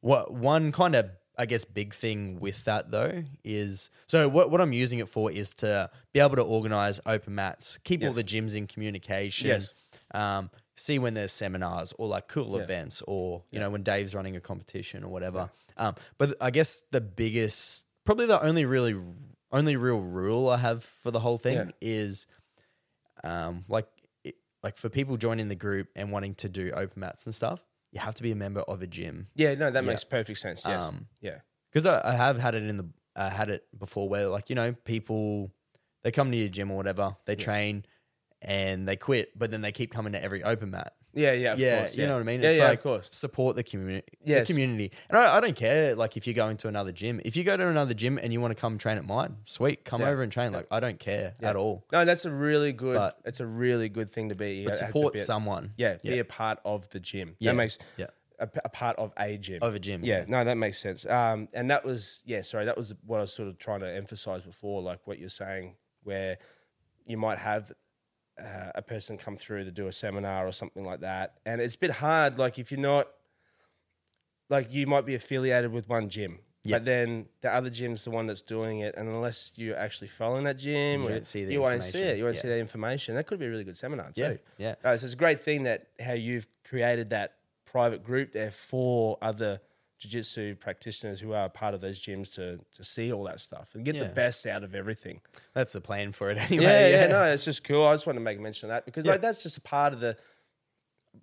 S2: what one kind of I guess big thing with that though is so what what I'm using it for is to be able to organize open mats, keep all the gyms in communication
S1: Yes.
S2: um, see when there's seminars or like cool events or you know when Dave's running a competition or whatever. Um, but I guess the biggest, probably the only really only real rule I have for the whole thing
S1: Yeah.
S2: is um, like it, like for people joining the group and wanting to do open mats and stuff, you have to be a member of a gym
S1: Yeah, no, that makes perfect sense. Yes,
S2: Um,
S1: yeah.
S2: because I, I have had it in the I had it before where like you know people they come to your gym or whatever they train and they quit but then they keep coming to every open mat
S1: Yeah, yeah, of
S2: yeah,
S1: course,
S2: you know what I mean.
S1: Yeah, yeah,
S2: like
S1: of course.
S2: support the community.
S1: Yes.
S2: the community. And I, I don't care like if you're going to another gym. If you go to another gym and you want to come train at mine, sweet, come over and train. Like I don't care at all.
S1: No, that's a really good.
S2: But-
S1: it's a really good thing to be.
S2: But
S1: uh, have to
S2: support
S1: be a-
S2: someone.
S1: Yeah,
S2: yeah,
S1: be a part of the gym.
S2: Yeah,
S1: That makes
S2: yeah.
S1: a, p- a part of a gym.
S2: Of a gym,
S1: Yeah,
S2: yeah.
S1: no, that makes sense. Um, and that was yeah, sorry, that was what I was sort of trying to emphasize before, like what you're saying, where you might have uh, a person come through to do a seminar or something like that, and it's a bit hard, like if you're not like you might be affiliated with one gym. But then the other gym's the one that's doing it, and unless you're actually following that gym,
S2: You
S1: or
S2: don't see the
S1: you won't see
S2: information.
S1: it. You won't
S2: Yeah.
S1: see that information. That could be a really good seminar too.
S2: Yeah, yeah.
S1: Uh, so it's a great thing that how you've created that private group there for other jiu-jitsu practitioners who are part of those gyms to to see all that stuff and get
S2: Yeah.
S1: the best out of
S2: (laughs)
S1: everything.
S2: That's the plan for it (laughs) anyway.
S1: Yeah, yeah, no, it's just cool. I just wanted to make a mention of that because
S2: Yeah.
S1: like that's just a part of the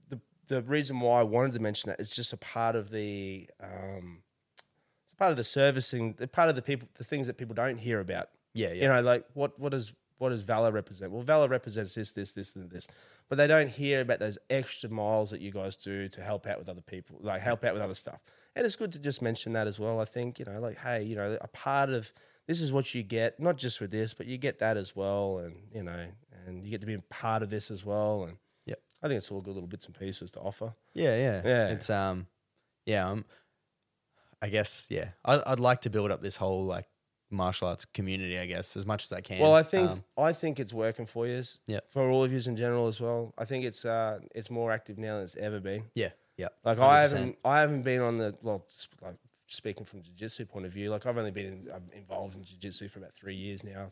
S1: the the reason why I wanted to mention that is just a part of the um it's a part of the servicing, the part of the people the things that people don't hear about.
S2: Yeah, yeah.
S1: You know, like what what does what does valor represent? Well, valor represents this, this, this, and this. But they don't hear about those extra miles that you guys do to help out with other people, like help out with other stuff. And it's good to just mention that as well. I think, you know, like, hey, you know, a part of this is what you get, not just with this, but you get that as well. And, you know, and you get to be a part of this as well. And
S2: Yep.
S1: I think it's all good little bits and pieces to offer.
S2: Yeah, yeah,
S1: Yeah.
S2: It's um, yeah. Um, I guess yeah. I, I'd like to build up this whole like martial arts community, I guess, as much as I can.
S1: Well, I think
S2: Um,
S1: I think it's working for yous.
S2: Yeah.
S1: For all of yous in general as well. I think it's uh it's more active now than it's ever been.
S2: yeah, yeah.
S1: Like I
S2: 100%.
S1: haven't I haven't been on the well s- like speaking from jiu-jitsu point of view, like I've only been in, I'm involved in jiu-jitsu for about 3 years now.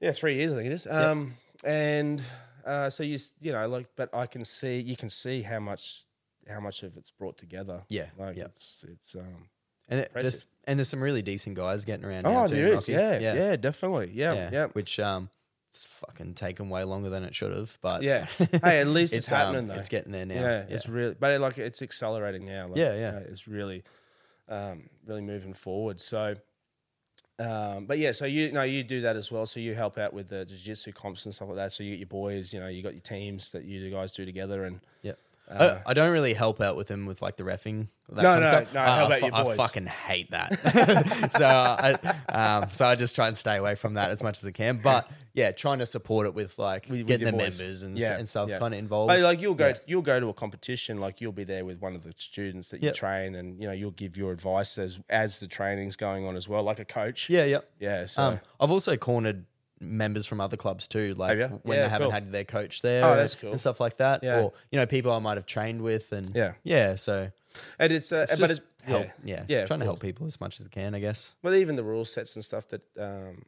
S1: Yeah, 3 years I think it is. Um and uh so you s- you know like but I can see you can see how much how much of it's brought together.
S2: Yeah,
S1: Like
S2: yeah.
S1: it's it's um
S2: And it,
S1: Impressive.
S2: there's and there's some really decent guys getting around. now
S1: Oh,
S2: too,
S1: there
S2: in
S1: is.
S2: Rocky.
S1: Yeah, yeah, definitely. Yeah, yeah.
S2: Which um, it's fucking taken way longer than it should have. But
S1: Yeah. Hey, at
S2: (laughs)
S1: least it's,
S2: um,
S1: happening though.
S2: It's getting there now.
S1: Yeah, it's really, but it, like it's accelerating now. Like,
S2: Yeah, yeah.
S1: uh, It's really, um, really moving forward. So, um, but yeah, so you no, you do that as well. So you help out with the jiu-jitsu comps and stuff like that. So you get your boys, you know, you got your teams that you guys do together, and
S2: Yep. I, I don't really help out with him with like the refing. That
S1: Uh, No,
S2: kind of
S1: no,
S2: stuff.
S1: no,
S2: I,
S1: how
S2: I
S1: about
S2: fu-
S1: your boys?
S2: I fucking hate that. (laughs) so uh, I, um, so I just try and stay away from that as much as I can. But yeah, trying to support it with like
S1: with
S2: getting
S1: your
S2: the
S1: boys.
S2: members and, s- and stuff
S1: yeah.
S2: kind of involved.
S1: But like you'll go,
S2: Yeah.
S1: you'll go to a competition. Like you'll be there with one of the students that you
S2: Yep.
S1: train, and you know you'll give your advice as as the training's going on as well, like a coach.
S2: Yeah, yeah.
S1: yeah. So
S2: Um, I've also cornered members from other clubs too, like
S1: ya?
S2: when
S1: Yeah,
S2: they haven't
S1: cool.
S2: had their coach there.
S1: Oh, that's
S2: and-
S1: cool.
S2: and stuff like that.
S1: Yeah.
S2: Or you know, people I might have trained with, and
S1: Yeah.
S2: yeah. So
S1: and it's, uh,
S2: it's
S1: but
S2: just
S1: it,
S2: help,
S1: yeah,
S2: yeah,
S1: yeah, of
S2: trying to
S1: course.
S2: help people as much as I can, I guess.
S1: Well, even the rule sets and stuff that um,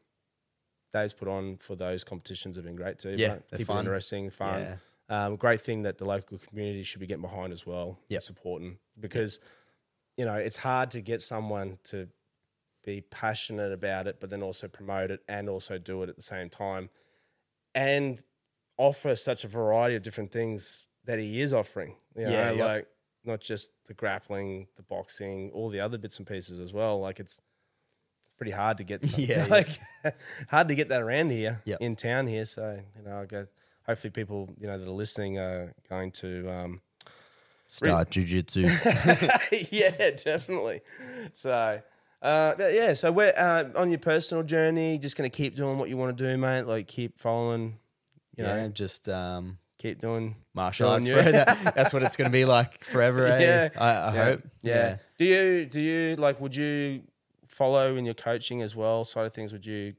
S1: Dave's put on for those competitions have been great too.
S2: Yeah,
S1: mate.
S2: they're
S1: keep it
S2: fun.
S1: interesting, fun. Um, great thing that the local community should be getting behind as well.
S2: Yep.
S1: supporting because you know it's hard to get someone to be passionate about it, but then also promote it and also do it at the same time, and offer such a variety of different things that he is offering. You know,
S2: Yeah, yep.
S1: like not just the grappling, the boxing, all the other bits and pieces as well. Like it's it's pretty hard to
S2: (laughs)
S1: get some-
S2: Yeah.
S1: (laughs) like hard to get that around here
S2: Yep.
S1: in town here. So you know, I go. Hopefully, people you know that are listening are going to. Um, (laughs)
S2: Start jujitsu.
S1: yeah, definitely. So. Uh, but yeah, so we're uh, on your personal journey. Just gonna keep doing what you want to do, mate. Like keep following, you
S2: yeah,
S1: know,
S2: just um,
S1: keep doing
S2: martial
S1: doing
S2: arts.
S1: you. (laughs)
S2: Bro. That, that's what it's going to be like forever. eh?
S1: Yeah.
S2: I, I
S1: yeah.
S2: hope.
S1: Yeah. Do you do you like would you follow in your coaching as well side of things? Would you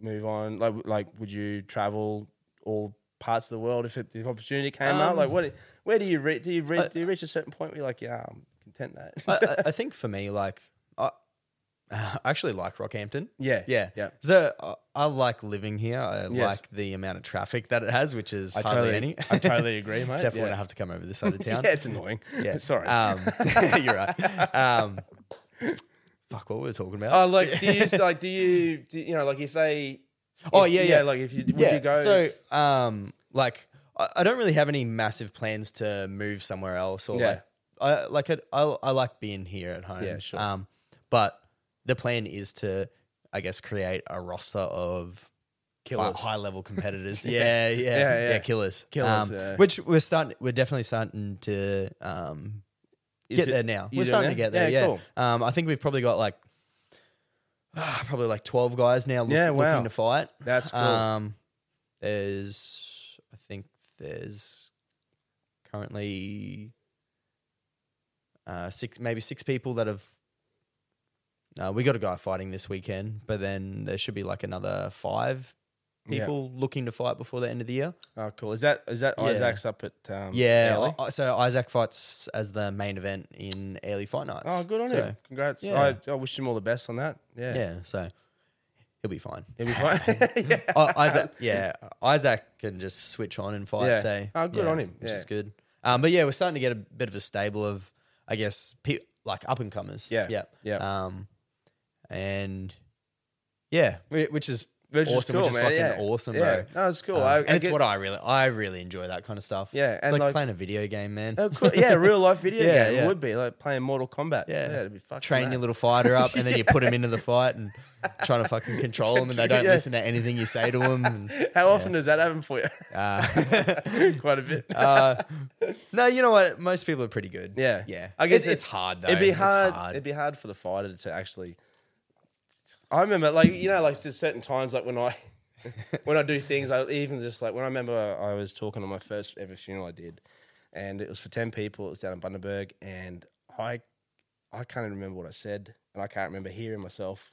S1: move on? Like like would you travel all parts of the world if it, the opportunity came up?
S2: Um,
S1: Like what where do you reach do you reach do you reach a certain point where you're like, yeah, I'm content
S2: I,
S1: (laughs) that.
S2: I, I think for me, like, I, (sighs) I actually like Rockhampton.
S1: Yeah,
S2: Yeah.
S1: yeah.
S2: So I, I like living here. I
S1: Yes.
S2: like the amount of traffic that it has, which is
S1: I
S2: hardly
S1: totally-
S2: any.
S1: I
S2: (laughs)
S1: totally agree, mate.
S2: Except for when
S1: Yeah.
S2: I have to come over
S1: (laughs)
S2: this side of town.
S1: yeah, it's annoying. (laughs)
S2: Yeah.
S1: Sorry.
S2: Um, (laughs) you're
S1: (laughs)
S2: right. Um, fuck what we were talking about.
S1: Oh, like do
S2: (laughs)
S1: you like do you do, you know like if they
S2: Oh
S1: if-
S2: yeah, yeah.
S1: like if you would
S2: Yeah,
S1: you go
S2: So, um, like I, I don't really have any massive plans to move somewhere else, or
S1: Yeah.
S2: like I like it, I I like being here at home.
S1: Yeah, sure.
S2: Um, but the plan is to, I guess, create a roster of uh,
S1: Killers. (laughs)
S2: high level competitors. yeah, yeah, yeah,
S1: Yeah, yeah.
S2: killers,
S1: Killers,
S2: Um,
S1: yeah.
S2: Which we're starting. We're definitely starting to um
S1: Is
S2: get
S1: it-
S2: there now.
S1: you
S2: We're
S1: do
S2: starting to
S1: now?
S2: get there.
S1: Yeah,
S2: Yeah.
S1: cool.
S2: Um, I think we've probably got like ah, probably like twelve guys now. Look,
S1: Yeah, wow.
S2: Looking to fight.
S1: That's cool.
S2: Um, there's I think there's currently uh six maybe six people that have. Uh, we got a guy fighting this weekend, but then there should be like another five
S1: Yeah.
S2: people looking to fight before the end of the year.
S1: Oh cool. Is that is that
S2: Yeah.
S1: Isaac's up at um
S2: Yeah,
S1: Airlie?
S2: I- I- so Isaac fights as the main event in early fight nights.
S1: Oh, good on
S2: So,
S1: him. Congrats.
S2: yeah.
S1: I, I wish him all the best on that. Yeah.
S2: Yeah, so he'll be fine.
S1: It'll be
S2: (laughs)
S1: fine. (laughs) yeah.
S2: oh,
S1: (laughs)
S2: Isaac, yeah, Isaac can just switch on and fight.
S1: Yeah.
S2: eh?
S1: Oh, good
S2: Yeah,
S1: on him.
S2: which
S1: Yeah.
S2: is good. Um, but yeah, we're starting to get a bit of a stable of, I guess, pe- like up and comers.
S1: Yeah.
S2: yeah,
S1: Yeah.
S2: Um, and yeah, whi- which is
S1: Which is
S2: awesome.
S1: cool,
S2: which is
S1: man.
S2: fucking
S1: Yeah.
S2: awesome,
S1: Yeah.
S2: bro.
S1: No, it's cool.
S2: Um,
S1: I-
S2: and
S1: I
S2: it's
S1: get-
S2: what I really, I really enjoy that kind of stuff.
S1: Yeah,
S2: it's
S1: and
S2: like,
S1: like-
S2: playing a video game, man.
S1: Oh, cool.
S2: (laughs)
S1: Yeah, real life video
S2: Yeah,
S1: game. It
S2: yeah.
S1: would be like playing Mortal Kombat.
S2: Yeah,
S1: it'd be fucking
S2: train your
S1: mad.
S2: little fighter up, and then you put them
S1: (laughs)
S2: into the fight and trying to fucking control them, and they don't
S1: Yeah.
S2: listen to anything you say to them.
S1: (laughs) How often does that happen for you?
S2: Ah.
S1: (laughs) Quite a
S2: (laughs)
S1: bit.
S2: Uh, no, you know what? Most people are pretty good.
S1: yeah,
S2: yeah.
S1: I guess
S2: it's,
S1: it-
S2: it's hard though.
S1: It'd be
S2: It's
S1: hard, It'd be hard for the fighter to actually. I remember, like you know, like there's certain times, like when I, (laughs) when I do things, I even just like when I remember I was talking on my first ever funeral I did, and it was for ten people. It was down in Bundaberg, and I, I can't even remember what I said, and I can't remember hearing myself.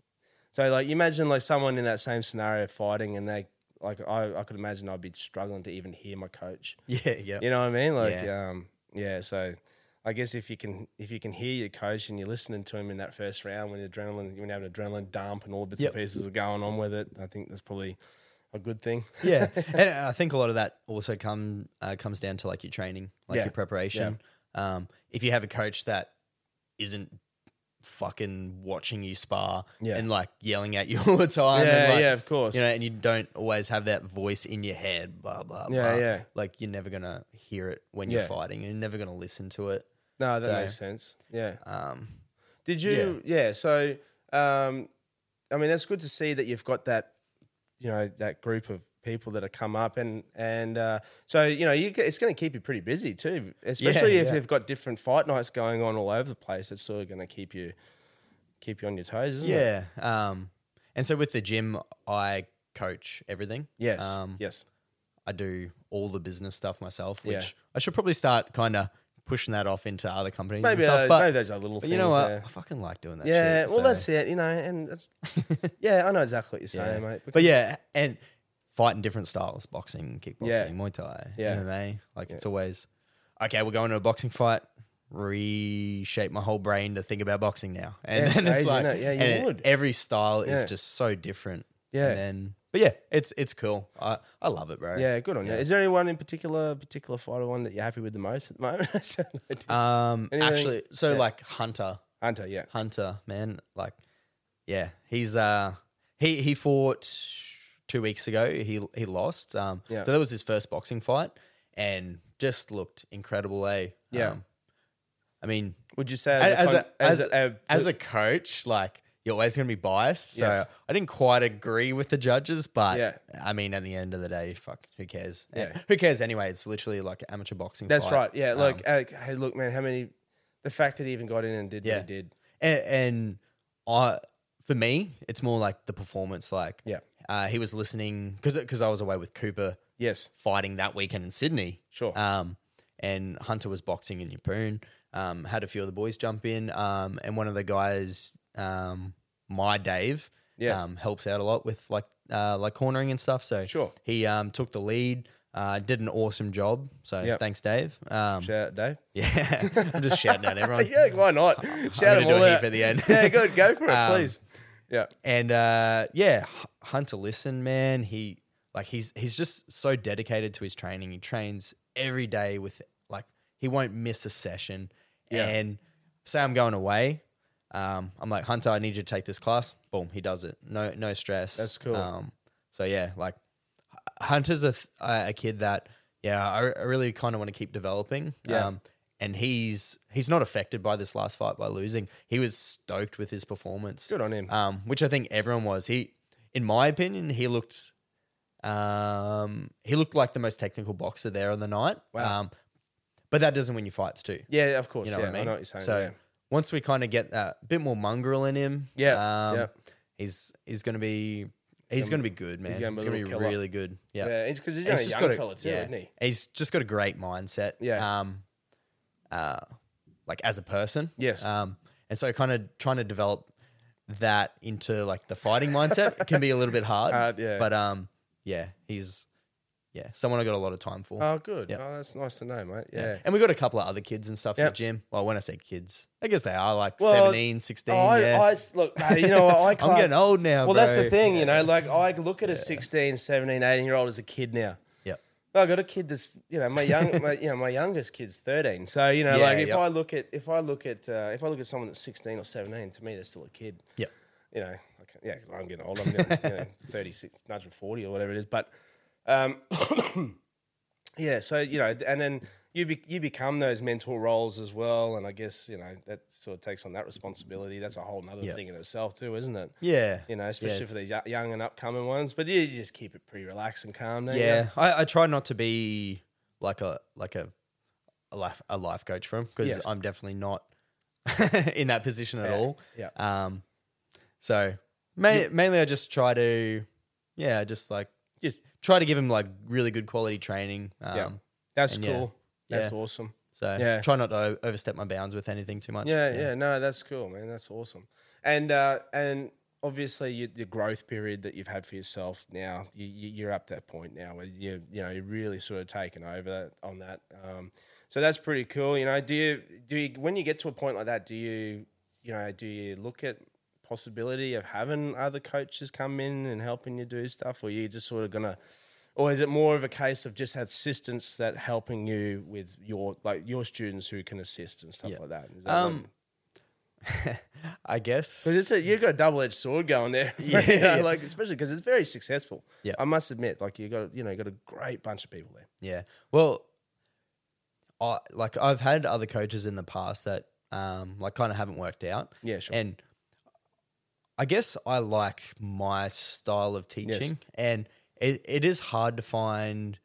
S1: So like you imagine like someone in that same scenario fighting and they like I, I could imagine I'd be struggling to even hear my coach.
S2: (laughs) Yeah, yeah.
S1: You know what I mean? Like
S2: Yeah.
S1: um yeah, so I guess if you can if you can hear your coach and you're listening to him in that first round when the adrenaline when you have an adrenaline dump and all the bits
S2: Yep.
S1: and pieces are going on with it, I think that's probably a good thing. (laughs)
S2: yeah, and I think a lot of that also come uh, comes down to like your training, like
S1: Yeah.
S2: your preparation. Um, if you have a coach that isn't fucking watching you spar
S1: Yeah.
S2: and like yelling at you (laughs) all the time, and,
S1: Yeah,
S2: like,
S1: yeah, of course.
S2: you know, and you don't always have that voice in your head, blah blah,
S1: Yeah,
S2: blah.
S1: yeah.
S2: Like you're never gonna hear it when you're
S1: Yeah.
S2: fighting. You're never gonna listen to it.
S1: No, that
S2: So,
S1: makes sense. Yeah.
S2: Um,
S1: Did you? Yeah. so, um, I mean, that's good to see that you've got that, you know, that group of people that have come up, and and uh, so you know, you, get- it's going to keep you pretty busy too, especially if
S2: yeah.
S1: you've got different fight nights going on all over the place. It's sort of going to keep you keep you on your toes, isn't it?
S2: yeah. Um, and so with the gym, I coach everything.
S1: Yes.
S2: Um,
S1: yes.
S2: I do all the business stuff myself, which
S1: Yeah.
S2: I should probably start kind of pushing that off into other companies. and
S1: Maybe,
S2: stuff,
S1: uh,
S2: but,
S1: maybe those are little
S2: But you know
S1: things,
S2: what?
S1: yeah.
S2: I fucking like doing that.
S1: Yeah.
S2: shit,
S1: well,
S2: so,
S1: that's it. You know, and
S2: (laughs)
S1: that's yeah. I know exactly what you're
S2: yeah.
S1: saying, mate.
S2: But yeah, and fighting different styles: boxing, kickboxing,
S1: Yeah.
S2: Muay Thai,
S1: Yeah.
S2: MMA. Like it's always okay. We're going to a boxing fight. Reshape my whole brain to think about boxing now, and
S1: Yeah,
S2: then
S1: crazy,
S2: it's like,
S1: innit? Yeah, you
S2: and it-
S1: would.
S2: every style is
S1: Yeah.
S2: just so different.
S1: Yeah.
S2: and then, but yeah, it's it's cool. I I love it, bro.
S1: Yeah, good on you. Is there anyone in particular, particular fighter one that you're happy with the most at the moment? (laughs)
S2: Um,
S1: Anything-
S2: actually, so
S1: yeah.
S2: like Hunter,
S1: Hunter, yeah,
S2: Hunter, man, like, yeah, he's uh, he he fought two weeks ago. He he lost. Um,
S1: Yeah.
S2: so that was his first boxing fight, and just looked incredible. Eh?
S1: Yeah.
S2: Um, I mean,
S1: Would you say
S2: as,
S1: con-
S2: a, as,
S1: a-
S2: a, as a coach, like you're always going to be biased. So
S1: Yes.
S2: I didn't quite agree with the judges, but
S1: Yeah.
S2: I mean, at the end of the day, fuck, who cares?
S1: Yeah.
S2: And Who cares anyway? It's literally like an amateur boxing.
S1: that's
S2: fight.
S1: right? Yeah,
S2: Um,
S1: look, uh, hey, look, man, how many? The fact that he even got in and did
S2: Yeah.
S1: what he did,
S2: and, and I, for me, it's more like the performance. Like,
S1: Yeah.
S2: uh, he was listening because because I was away with Cooper
S1: yes,
S2: fighting that weekend in Sydney.
S1: Sure.
S2: Um, and Hunter was boxing in Yapoon. Um, had a few of the boys jump in. Um, and one of the guys, um, my Dave,
S1: Yes.
S2: um, helps out a lot with like uh, like cornering and stuff. So
S1: Sure.
S2: he um took the lead. Uh, did an awesome job. So
S1: Yep.
S2: thanks, Dave. Um,
S1: shout out Dave.
S2: (laughs) yeah, I'm just shouting out
S1: (laughs)
S2: everyone.
S1: yeah, why not? Shout
S2: gonna
S1: him
S2: do a
S1: all
S2: heap
S1: out
S2: at the end.
S1: (laughs) yeah, good, go for it,
S2: (laughs) Um,
S1: please. Yeah,
S2: and uh, yeah, H- Hunter, listen, man, he like he's he's just so dedicated to his training. He trains every day with like he won't miss a session.
S1: Yeah.
S2: And say I'm going away, um, I'm like Hunter, I need you to take this class. Boom, he does it. No no stress.
S1: That's cool.
S2: Um, so yeah, like H- Hunter's a th- a a kid that yeah I, I really kind of want to keep developing.
S1: Yeah.
S2: Um, and he's he's not affected by this last fight by losing. He was stoked with his performance
S1: Good on him.
S2: um, which I think everyone was. He, in my opinion, he looked, um, he looked like the most technical boxer there on the night.
S1: Wow.
S2: Um, but that doesn't win you fights too.
S1: yeah, of course.
S2: You know
S1: yeah,
S2: what I mean?
S1: know what you're saying.
S2: So
S1: yeah.
S2: once we kind of get that bit more mongrel in him,
S1: Yeah,
S2: um,
S1: yeah.
S2: he's he's gonna be he's gonna be good, man. He's
S1: gonna be
S2: gonna be,
S1: a little killer.
S2: really good. Yeah,
S1: Yeah, it's 'cause he's only a
S2: just
S1: young
S2: got a-
S1: fella too, isn't he?
S2: He's just got a great mindset.
S1: Yeah.
S2: Um, uh, like as a person.
S1: Yes.
S2: Um, and so kind of trying to develop that into like the fighting mindset can be a little bit hard.
S1: Hard, yeah.
S2: But um, yeah, he's yeah someone I got a lot of time for.
S1: Oh, good.
S2: Yeah.
S1: Oh, that's nice to know, mate.
S2: Yeah.
S1: Yeah.
S2: And we got a couple of other kids and stuff in
S1: Yep.
S2: the gym. Well, when I say kids, I guess they are like
S1: Well,
S2: 17, 16.
S1: Oh, I,
S2: yeah.
S1: I s- look, mate, you know, what, I
S2: (laughs) I'm
S1: can't,
S2: getting old now.
S1: Well, that's the
S2: bro.
S1: thing, you know, like I look at a 16, 17, 18 year old as a kid now.
S2: Yep.
S1: I got a kid that's you know my young my, you know my youngest kid's thirteen. So you know
S2: Yeah,
S1: like if
S2: yep.
S1: I look at if I look at uh, if I look at someone that's sixteen or seventeen, to me they're still a kid.
S2: Yep.
S1: You know, I can yeah, because I'm getting old. I'm getting, you
S2: (laughs)
S1: know, thirty six, nudging forty or whatever it is. But um, (coughs) yeah, so you know, and then you be, you become those mentor roles as well, and I guess you know that sort of takes on that responsibility. That's a whole nother
S2: Yep.
S1: thing in itself too, isn't it?
S2: Yeah.
S1: You know,
S2: Yeah,
S1: especially
S2: it's-
S1: for these yo- young and upcoming ones. But you, you just keep it pretty relaxed and calm. Don't you?
S2: Yeah, I, I try not to be like a like a a life a life coach for him because
S1: Yes.
S2: I'm definitely not (laughs) in that position at all.
S1: yeah.
S2: Um. So ma- mainly, I just try to, yeah, just like
S1: Just
S2: try to give him like really good quality training. Um,
S1: Yeah. That's
S2: and yeah.
S1: cool. That's
S2: Yeah.
S1: awesome.
S2: So
S1: Yeah.
S2: try not to o- overstep my bounds with anything too much.
S1: Yeah, yeah, No, that's cool, man. That's awesome. And uh, and obviously you, the growth period that you've had for yourself now, you, you- you're up that point now where you you know you're really sort of taken over that, on that. Um, so that's pretty cool. You know, do you do you, when you get to a point like that, do you you know do you look at possibility of having other coaches come in and helping you do stuff, or you just sort of gonna or is it more of a case of just assistance that helping you with your like your students who can assist and stuff like that? Is that like-
S2: Um, (laughs) I guess.
S1: because it's a, you've got a double edged sword going there. (laughs)
S2: Mm. Yeah,
S1: you know,
S2: yeah.
S1: like especially because it's very successful.
S2: Yeah.
S1: I must admit, like you got you know you got a great bunch of people there.
S2: Yeah. Well, I like I've had other coaches in the past that um like kind of haven't worked out.
S1: Yeah, sure.
S2: And I guess I like my style of teaching and it, it is hard to find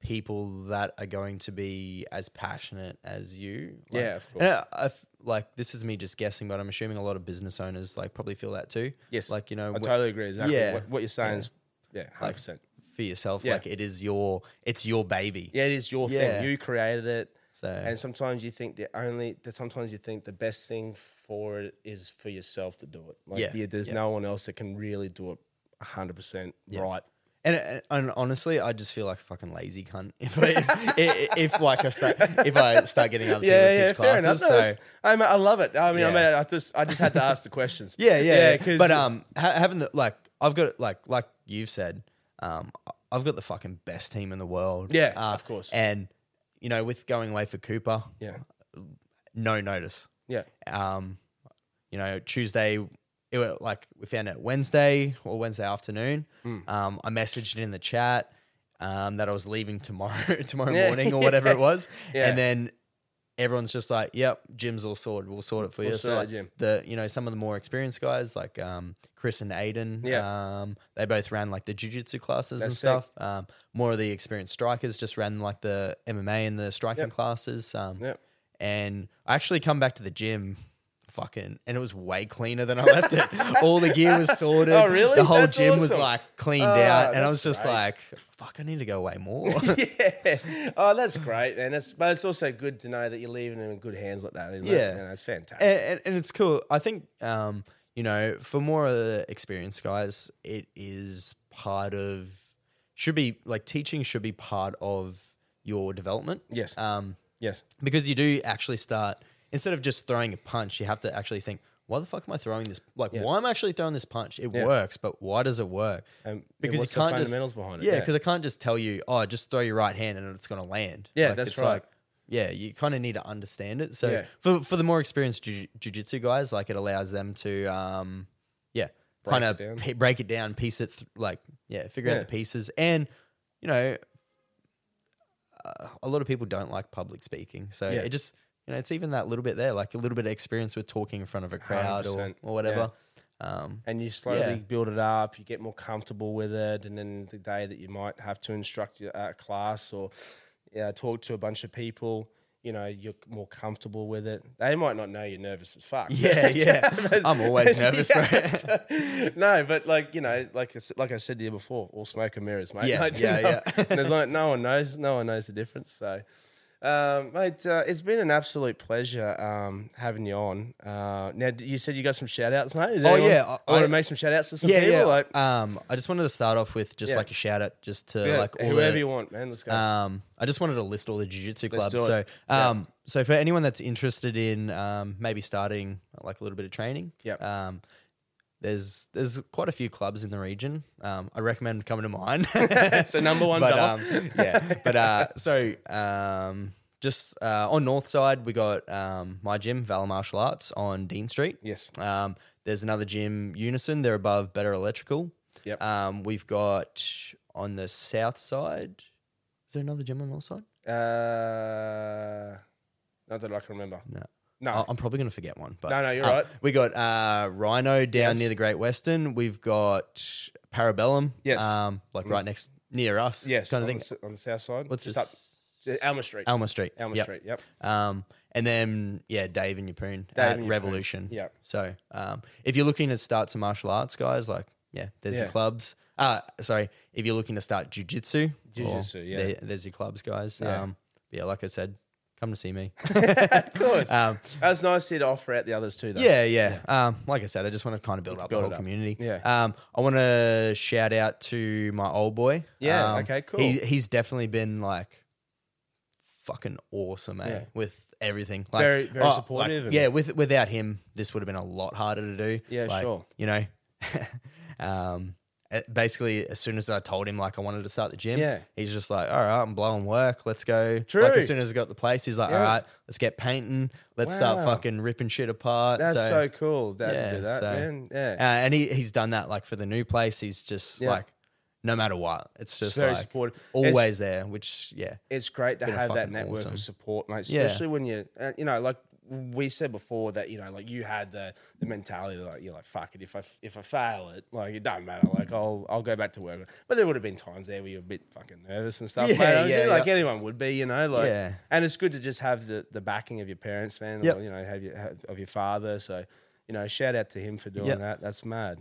S2: people that are going to be as passionate as you. Like-
S1: Yeah, of
S2: and I, I f- like this is me just guessing, but I'm assuming a lot of business owners like probably feel that too.
S1: Yes,
S2: Like, you know,
S1: I
S2: when-
S1: totally agree. Exactly.
S2: Yeah.
S1: What, what you're saying
S2: Yeah.
S1: is yeah, hundred
S2: Like,
S1: percent.
S2: for yourself.
S1: Yeah.
S2: Like it is your it's your baby.
S1: Yeah, it is your
S2: Yeah.
S1: thing. You created it.
S2: So-
S1: and sometimes you think the only that sometimes you think the best thing for it is for yourself to do it. Like
S2: Yeah.
S1: yeah, there's
S2: Yeah.
S1: no one else that can really do it hundred percent right.
S2: And, and, and honestly, I just feel like a fucking lazy cunt (laughs) if I, if, if, like I start if I start getting
S1: (laughs)
S2: other people to teach classes.
S1: No,
S2: so
S1: that's- I, mean, I love it. I mean, I
S2: Yeah.
S1: mean, I just, I just had to ask the questions.
S2: (laughs) yeah, yeah, yeah.
S1: 'cause-
S2: But um, ha- having the like, I've got like like you've said, um, I've got the fucking best team in the world. Uh,
S1: Yeah, of course.
S2: And you know, with going away for Cooper,
S1: yeah,
S2: no notice.
S1: yeah,
S2: um, you know, Tuesday, it wa like we found out Wednesday or Wednesday afternoon.
S1: Hmm.
S2: Um, I messaged in the chat um, that I was leaving tomorrow, (laughs) tomorrow
S1: Yeah.
S2: morning or whatever it was,
S1: (laughs) Yeah.
S2: and then everyone's just like, "Yep, Jim's all sorted. We'll sort it for you."
S1: sort
S2: So
S1: it,
S2: like,
S1: Jim.
S2: the you know some of the more experienced guys like um, Chris and Aiden,
S1: Yeah.
S2: um, they both ran like the jiu-jitsu classes and
S1: That's sick.
S2: stuff. Um, more of the experienced strikers just ran like the MMA and the striking classes. Um,
S1: Yep.
S2: and I actually come back to the gym, fucking, and it was way cleaner than I left
S1: (laughs)
S2: it. All the gear was sorted.
S1: Oh, really?
S2: The whole
S1: That's
S2: gym was
S1: awesome.
S2: like cleaned
S1: Ah,
S2: out, and I
S1: that's
S2: was just
S1: great.
S2: like, "Fuck, I need to go way
S1: (laughs)
S2: more."
S1: yeah. Oh, that's great, and it's but it's also good to know that you're leaving them in good hands like that. Isn't
S2: Yeah.
S1: it? You know, it's fantastic.
S2: and, and, and it's cool. I think, um, you know, for more of the experienced guys, it is part of, should be like teaching should be part of your development.
S1: Yes.
S2: Um,
S1: yes,
S2: because you do actually start, instead of just throwing a punch, you have to actually think, why the fuck am I throwing this? Like, why am I actually throwing this punch? It works, but why does it work?
S1: Um, yeah, what's the fundamentals
S2: just,
S1: behind it?
S2: Yeah,
S1: Yeah.
S2: because I can't just tell you, oh, just throw your right hand and it's going to land.
S1: Yeah, that's
S2: it's
S1: right.
S2: yeah, you kind of need to understand it. So
S1: Yeah.
S2: for for the more experienced jiu- jujitsu guys, like it allows them to, um, yeah, kind of
S1: down.
S2: p- break it down, piece it, th- like yeah, figure
S1: Yeah.
S2: out the pieces, and you know, uh, a lot of people don't like public speaking, so
S1: Yeah.
S2: it just you know it's even that little bit there, like a little bit of experience with talking in front of a crowd or,
S1: 100%,
S2: or whatever. Um,
S1: and you slowly
S2: Yeah.
S1: build it up. You get more comfortable with it, and then the day that you might have to instruct your- a class or uh, talk to a bunch of people, you know, you're more comfortable with it. They might not know you're nervous as fuck. (laughs)
S2: yeah, (laughs) yeah, I'm always nervous, bro.
S1: no, but like you know, like I s- like I said to you before, all smoke and mirrors, mate. (laughs)
S2: Yeah,
S1: Like,
S2: yeah,
S1: you know,
S2: yeah.
S1: and it's like no one knows, no one knows the difference. So, um, mate, uh, it's been an absolute pleasure um, having you on. Uh, now d- you said you got some shout outs, mate. Is
S2: Oh,
S1: anyone-
S2: yeah, I-
S1: want
S2: I-
S1: to make some shout outs to some people. Like,
S2: um, I just wanted to start off with just
S1: Yeah.
S2: like a shout out, just to
S1: yeah,
S2: like all
S1: whoever
S2: the,
S1: you want, man. Let's go.
S2: Um, I just wanted to list all the jiu-jitsu clubs.
S1: do it.
S2: So, um, so for anyone that's interested in um, maybe starting like a little bit of training,
S1: Yep.
S2: um, there's there's quite a few clubs in the region. Um, I recommend coming
S1: (laughs)
S2: to mine.
S1: (laughs) That's the number one
S2: (laughs) but,
S1: fella.
S2: um, yeah, but uh, so um, just uh, on north side we got um, my gym Valor Martial Arts on Dean Street.
S1: Yes.
S2: Um, there's another gym Unison. They're above Better Electrical.
S1: Yep.
S2: Um, we've got on the south side. Is there another gym on north side?
S1: Uh, not that I can remember.
S2: No.
S1: No.
S2: I- I'm probably going to forget one. But
S1: No, no, you're
S2: um,
S1: right.
S2: We got uh, Rhino down
S1: Yes.
S2: near the Great Western. We've got Parabellum.
S1: Yes. Mm.
S2: Um, like right next near us.
S1: yes,
S2: kind
S1: on
S2: of thing.
S1: the, s- on the south side.
S2: What's
S1: Just
S2: this?
S1: up- Alma Street.
S2: Elmer Street.
S1: Alma
S2: Yep.
S1: Street. Yep.
S2: Um, and then yeah, Dave and Yapoon at
S1: and Yapoon.
S2: Revolution.
S1: Yep.
S2: So um, if you're looking to start some martial arts, guys, like yeah, there's
S1: Yeah.
S2: your clubs. Uh, sorry, if you're looking to start jujitsu, or
S1: Jiu-jitsu, yeah.
S2: there- there's your clubs, guys.
S1: Yeah.
S2: Um, yeah, like I said, Come to see me.
S1: Of course. that was nice to offer out the others too, though.
S2: Um, Yeah, yeah. Um, like I said, I just want to kind of build up the whole community.
S1: Yeah.
S2: Um, I want to shout out to my old boy.
S1: Yeah,
S2: Um,
S1: okay, cool.
S2: He, he's definitely been like fucking awesome, eh?
S1: Yeah.
S2: With everything, like oh,
S1: Very- very
S2: like,
S1: supportive and-
S2: yeah, with without him, this would have been a lot harder to do.
S1: Yeah,
S2: Like,
S1: sure.
S2: You know, (laughs) um, eh, basically, as soon as I told him like I wanted to start the gym,
S1: Yeah.
S2: he's just like, all right, I'm blowing work. Let's go.
S1: True.
S2: Like as soon as I got the place, he's like,
S1: Yeah.
S2: all right, let's get painting. Let's start
S1: Wow.
S2: fucking ripping shit apart.
S1: That's so cool that you do that,
S2: so-
S1: man. Yeah.
S2: Uh, and he, he's done that like for the new place. He's just
S1: Yeah.
S2: like, no matter what, it's just
S1: very
S2: like,
S1: supportive.
S2: always
S1: It's-
S2: there. Which yeah,
S1: it's great to
S2: been a
S1: have that
S2: fucking
S1: network
S2: awesome.
S1: of support, mate.
S2: Yeah.
S1: Especially when you, uh, you know, like we said before that, you know, like you had the the mentality that like you're like, fuck it, if I if I fail it, like it doesn't matter, like I'll I'll go back to work. But there would have been times there where you're a bit fucking nervous and stuff.
S2: Yeah,
S1: mate.
S2: yeah,
S1: like
S2: yeah.
S1: anyone would be, you know, like.
S2: Yeah.
S1: And it's good to just have the the backing of your parents, man.
S2: Yep.
S1: Or, you know, have your have, of your father. So, you know, shout out to him for doing
S2: Yep.
S1: that. That's mad.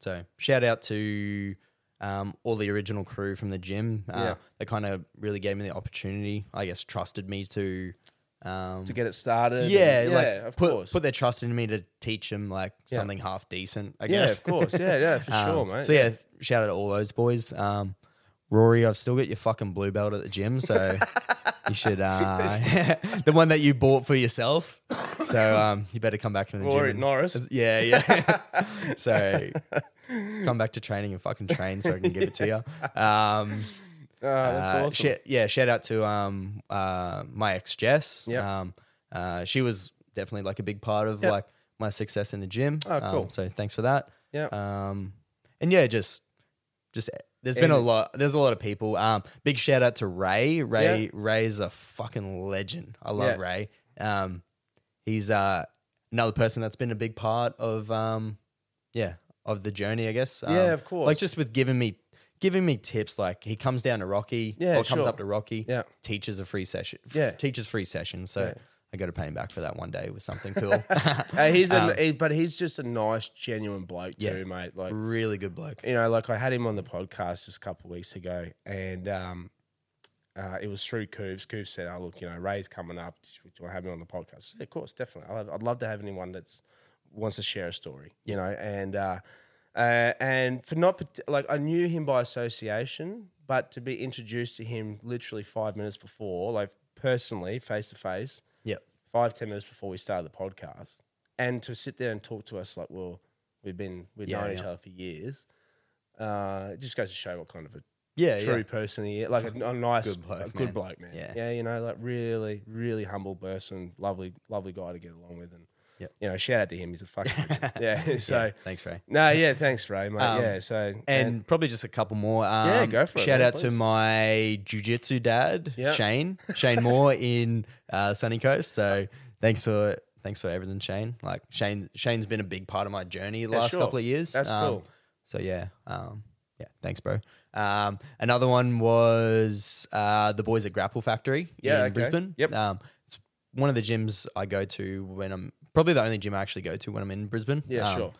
S2: So shout out to um, all the original crew from the gym. Uh,
S1: Yeah.
S2: They kind of really gave me the opportunity. I guess trusted me to. Um,
S1: To get it started. and-
S2: yeah,
S1: yeah,
S2: like
S1: of
S2: put,
S1: course.
S2: put their trust in me to teach them like
S1: Yeah.
S2: something half decent. I
S1: Yeah,
S2: guess, (laughs)
S1: of course. Yeah, yeah, for
S2: Um,
S1: sure, mate.
S2: So yeah, shout out to all those boys. Um, Rory, I've still got your fucking blue belt at the
S1: (laughs)
S2: gym, so you should uh, (laughs) the one that you bought for yourself. So um, you better come back into the
S1: Rory
S2: gym. and-
S1: Norris.
S2: (laughs) Yeah, yeah.
S1: (laughs)
S2: so come back to training and fucking train so I can give
S1: (laughs)
S2: it to you. Um,
S1: Ah, that's
S2: uh,
S1: awesome.
S2: shit- yeah, shout out to um uh my ex Jess.
S1: Yep.
S2: Um uh she was definitely like a big part of
S1: Yep.
S2: like my success in the gym.
S1: Oh,
S2: Um,
S1: cool.
S2: so thanks for that.
S1: Yep.
S2: Um and yeah, just just there's been a
S1: And-
S2: lot there's a lot of people. Um big shout out to Ray. Ray
S1: Yeah.
S2: Ray's a fucking legend. I love
S1: Yeah.
S2: Ray. Um he's uh another person that's been a big part of um yeah of the journey i guess um,
S1: Yeah, of course.
S2: like just with giving me giving me tips like he comes down to rocky
S1: Yeah,
S2: or comes
S1: sure.
S2: up to rocky
S1: Yeah.
S2: teaches a free session f-
S1: Yeah.
S2: teaches free session so i got to pay him back for that one day
S1: (laughs)
S2: with something cool (laughs)
S1: Uh, he's a, he- but he's just a nice, genuine bloke too,
S2: Yeah.
S1: mate. Like
S2: really good bloke
S1: you know, like I had him on the podcast just a couple of weeks ago, and um, uh, it was through Coops. Coops said, "Oh, look, you know, Ray's coming up. Do you- do you want to have him on the podcast?" I said, of course, definitely. I'd, I'd love to have anyone that's wants to share a story, you know, and uh, uh, and for not pat- like I knew him by association, but to be introduced to him literally five minutes before, like personally, face to face,
S2: yep
S1: five ten minutes before we started the podcast, and to sit there and talk to us like, well, we've been we've
S2: Yeah,
S1: known
S2: yeah.
S1: each other for years. Uh, it just goes to show what kind of a
S2: yeah
S1: true
S2: yeah.
S1: person he is, like a, a nice,
S2: good bloke,
S1: a good
S2: man.
S1: bloke, man.
S2: Yeah.
S1: yeah, you know, like really, really humble person, lovely, lovely guy to get along with, and
S2: Yep.
S1: you know, shout out to him. He's a fucking
S2: (laughs)
S1: legend. yeah. (laughs) So
S2: Yeah, thanks ray
S1: no, yeah, thanks, Ray, mate.
S2: Um,
S1: yeah, so
S2: and, probably just a couple more. Um,
S1: Yeah, go for it,
S2: Shout
S1: man,
S2: out to
S1: please.
S2: my jujitsu dad,
S1: Yeah.
S2: Shane, Shane Moore in uh, Sunny Coast. So thanks for thanks for everything, Shane. Like Shane, Shane's been a big part of my journey the
S1: Yeah,
S2: last
S1: sure.
S2: couple of years.
S1: That's
S2: Um,
S1: cool.
S2: So yeah, um, yeah, thanks, bro. Um, another one was uh, the boys at Grapple Factory
S1: Yeah,
S2: in
S1: okay.
S2: Brisbane.
S1: Yep.
S2: Um, it's one of the gyms I go to when I'm probably the only gym I actually go to when I'm in Brisbane.
S1: Yeah,
S2: Um,
S1: sure.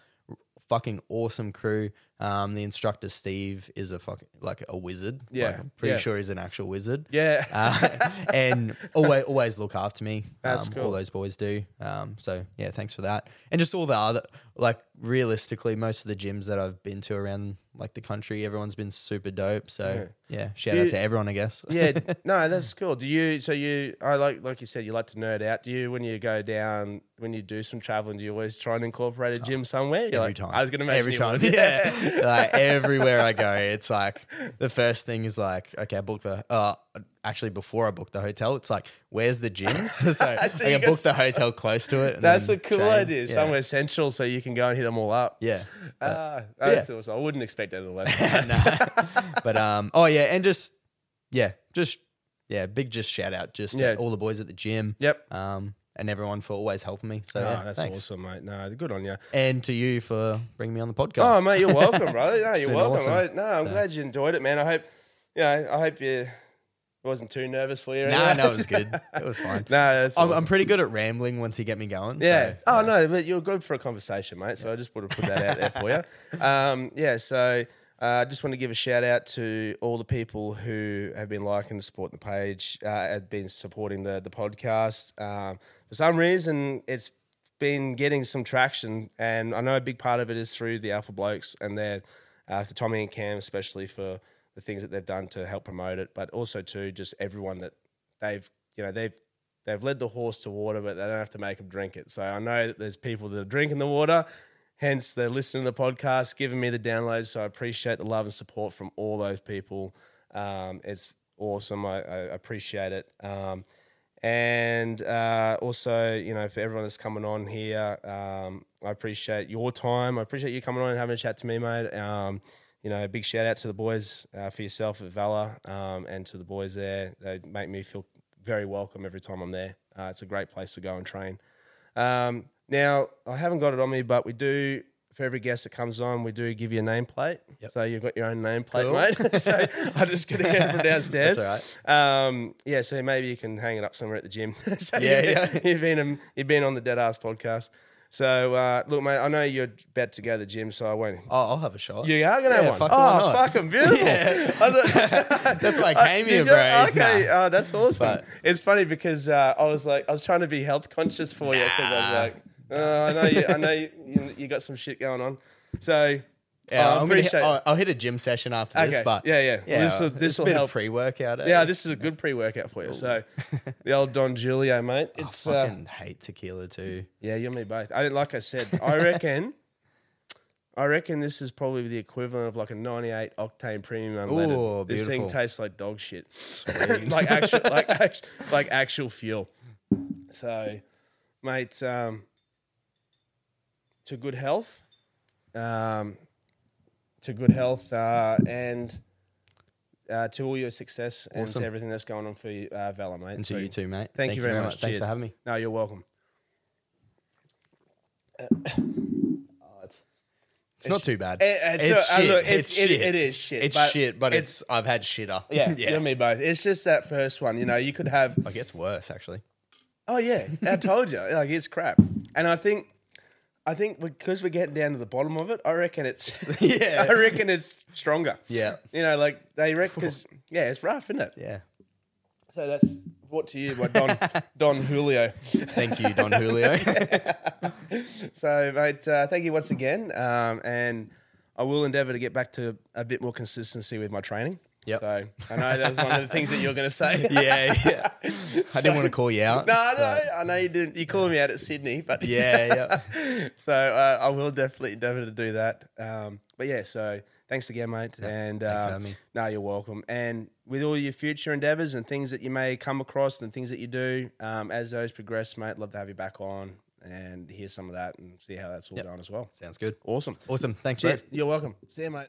S2: fucking awesome crew. Um, the instructor Steve is a fucking like a wizard.
S1: Yeah,
S2: Like, I'm pretty
S1: yeah.
S2: sure he's an actual wizard.
S1: Yeah.
S2: uh, (laughs) and always always look after me.
S1: That's
S2: um,
S1: cool.
S2: All those boys do. Um, so yeah, thanks for that. And just all the other like realistically, most of the gyms that I've been to around like the country, everyone's been super dope. So yeah, shout out
S1: You-
S2: to everyone, I guess. (laughs)
S1: yeah, no, that's cool. Do you? So you, I like, like you said, you like to nerd out. Do you, when you go down, when you do some traveling, do you always try and incorporate a gym somewhere? You're
S2: Oh, every
S1: like,
S2: time.
S1: I was going to make
S2: every time. Yeah, like everywhere I go, it's like the first thing is like, okay, I book the. Uh, actually, before I book the hotel, it's like, where's
S1: (laughs)
S2: the gyms? (laughs) so, I
S1: you
S2: can
S1: can
S2: book the
S1: s-
S2: hotel close to it.
S1: (laughs)
S2: and
S1: That's
S2: then
S1: a cool
S2: train.
S1: idea.
S2: Yeah.
S1: Somewhere central, so you can go and hit them all up.
S2: Yeah.
S1: Ah, that's awesome. I wouldn't expect that. (laughs)
S2: (laughs)
S1: Unless.
S2: But um, oh yeah, and just yeah, just yeah, big just shout out, just
S1: Yeah.
S2: all the boys at the gym.
S1: Yep.
S2: Um, and everyone for always helping me. So
S1: Oh,
S2: yeah,
S1: that's
S2: thanks.
S1: awesome, mate. No, good on you.
S2: And to you for bringing me on the podcast.
S1: Oh, mate, you're
S2: (laughs)
S1: welcome, brother. No, you're
S2: been
S1: welcome.
S2: awesome.
S1: mate. No, I'm glad you enjoyed it, man. I hope, you know, I hope you wasn't too nervous for you. or
S2: Nah,
S1: anything.
S2: no, it was good. It
S1: (laughs)
S2: was fine.
S1: no, that's
S2: I'm,
S1: awesome.
S2: I'm pretty good at rambling once you get me going. so-
S1: Yeah. oh no, but you're good for a conversation, mate. So I just want to put that out there for you. Um, yeah. So I uh, just want to give a shout out to all the people who have been liking and supporting the page, uh, have been supporting the the podcast. Um, for some reason, it's been getting some traction, and I know a big part of it is through the Alpha Blokes and their uh, for Tommy and Cam, especially for the things that they've done to help promote it, but also to just everyone that they've you know they've they've led the horse to water, but they don't have to make them drink it. So I know that there's people that are drinking the water, hence they're listening to the podcast, giving me the downloads. So I appreciate the love and support from all those people. Um, it's awesome. I, I appreciate it. Um, and uh, also, you know, for everyone that's coming on here, um, I appreciate your time. I appreciate you coming on and having a chat to me, mate. Um, you know, a big shout out to the boys uh, for yourself at Valor um, and to the boys there. They make me feel very welcome every time I'm there. Uh, it's a great place to go and train. Um, now, I haven't got it on me, but we do, for every guest that comes on, we do give you a nameplate. So you've got your own nameplate,
S2: Cool.
S1: mate. (laughs) so I'm just going to get it
S2: (laughs)
S1: from downstairs.
S2: That's
S1: all right. Um, yeah, so maybe you can hang it up somewhere at the gym. (laughs) so
S2: Yeah,
S1: you've, yeah. (laughs) You've been, um, you've been on the Dead Ass podcast. So, uh, look, mate, I know you're about to go to the gym, so I won't.
S2: Oh, I'll have a shot.
S1: You are going to
S2: Yeah,
S1: have one.
S2: fuck, why
S1: oh,
S2: not?
S1: fuck 'em,
S2: (laughs)
S1: Beautiful. (laughs)
S2: That's why I
S1: Uh,
S2: came
S1: did
S2: here,
S1: you?
S2: bro.
S1: Okay, oh, that's awesome. it's funny because uh, I was like, I was trying to be health conscious for you because I was like, oh, I know, you, I know, you, you, you got some shit going on. So
S2: Yeah,
S1: I
S2: I'm gonna hit,
S1: appreciate.
S2: I'll, I'll hit a gym session after this,
S1: Okay,
S2: but
S1: yeah, yeah. Well, this will-
S2: it's
S1: this
S2: a
S1: will
S2: bit of
S1: help.
S2: pre-workout. eh?
S1: yeah, this is a good pre-workout for you. So the old Don Julio, mate.
S2: I
S1: It's uh,
S2: Oh, fucking hate tequila too.
S1: yeah, you and me both. I like I said,
S2: (laughs)
S1: I reckon. I reckon this is probably the equivalent of like a 98 octane premium unleaded.
S2: Ooh,
S1: this thing
S2: beautiful.
S1: tastes like dog shit, (laughs) like
S2: (laughs)
S1: actual, like actual, like actual fuel. So, mate, um, to good health, um, to good health, uh, and uh, to all your success and
S2: Awesome.
S1: to everything that's going on for you, uh, Valor, mate.
S2: And to you too, mate.
S1: Thank, you very, much.
S2: Thanks for
S1: Cheers.
S2: having me.
S1: No, you're welcome.
S2: It's, not too bad.
S1: It- it's- uh, look, it's- it- it is shit,
S2: It's
S1: but
S2: shit, but
S1: it's-
S2: it's, I've had shitter. (laughs)
S1: Yeah, you and me both. It's just that first one. You know, you could have.
S2: Like it's worse actually.
S1: Oh yeah, I told you. Like it's crap. And I think, I think because we're getting down to the bottom of it, I reckon
S2: (laughs)
S1: it's. (laughs)
S2: Yeah.
S1: I reckon it's stronger.
S2: Yeah.
S1: You know, like they
S2: (laughs)
S1: reckon. Cause, yeah, it's rough, isn't it?
S2: Yeah.
S1: So that's brought to you by
S2: (laughs)
S1: Don Don Julio.
S2: Thank you,
S1: (laughs)
S2: Don Julio.
S1: So, mate, uh, thank you once again. Um, and I will endeavour to get back to a bit more consistency with my training.
S2: Yep.
S1: So I know that was one of the things that you were going to say.
S2: (laughs) yeah, yeah. I didn't want to call you
S1: (laughs)
S2: out.
S1: No, no, I know you didn't. You called me out at Sydney, but
S2: Yeah, yeah.
S1: (laughs) so uh, I will definitely endeavour to do that. Um, but yeah, so thanks again, mate. and
S2: thanks for
S1: uh,
S2: having me.
S1: no, you're welcome. And with all your future endeavours and things that you may come across and things that you do um, as those progress, mate, love to have you back on and hear some of that and see how that's all going as well.
S2: Sounds good.
S1: Awesome.
S2: Awesome. Thanks,
S1: Cheers.
S2: mate.
S1: You're welcome. See you, mate.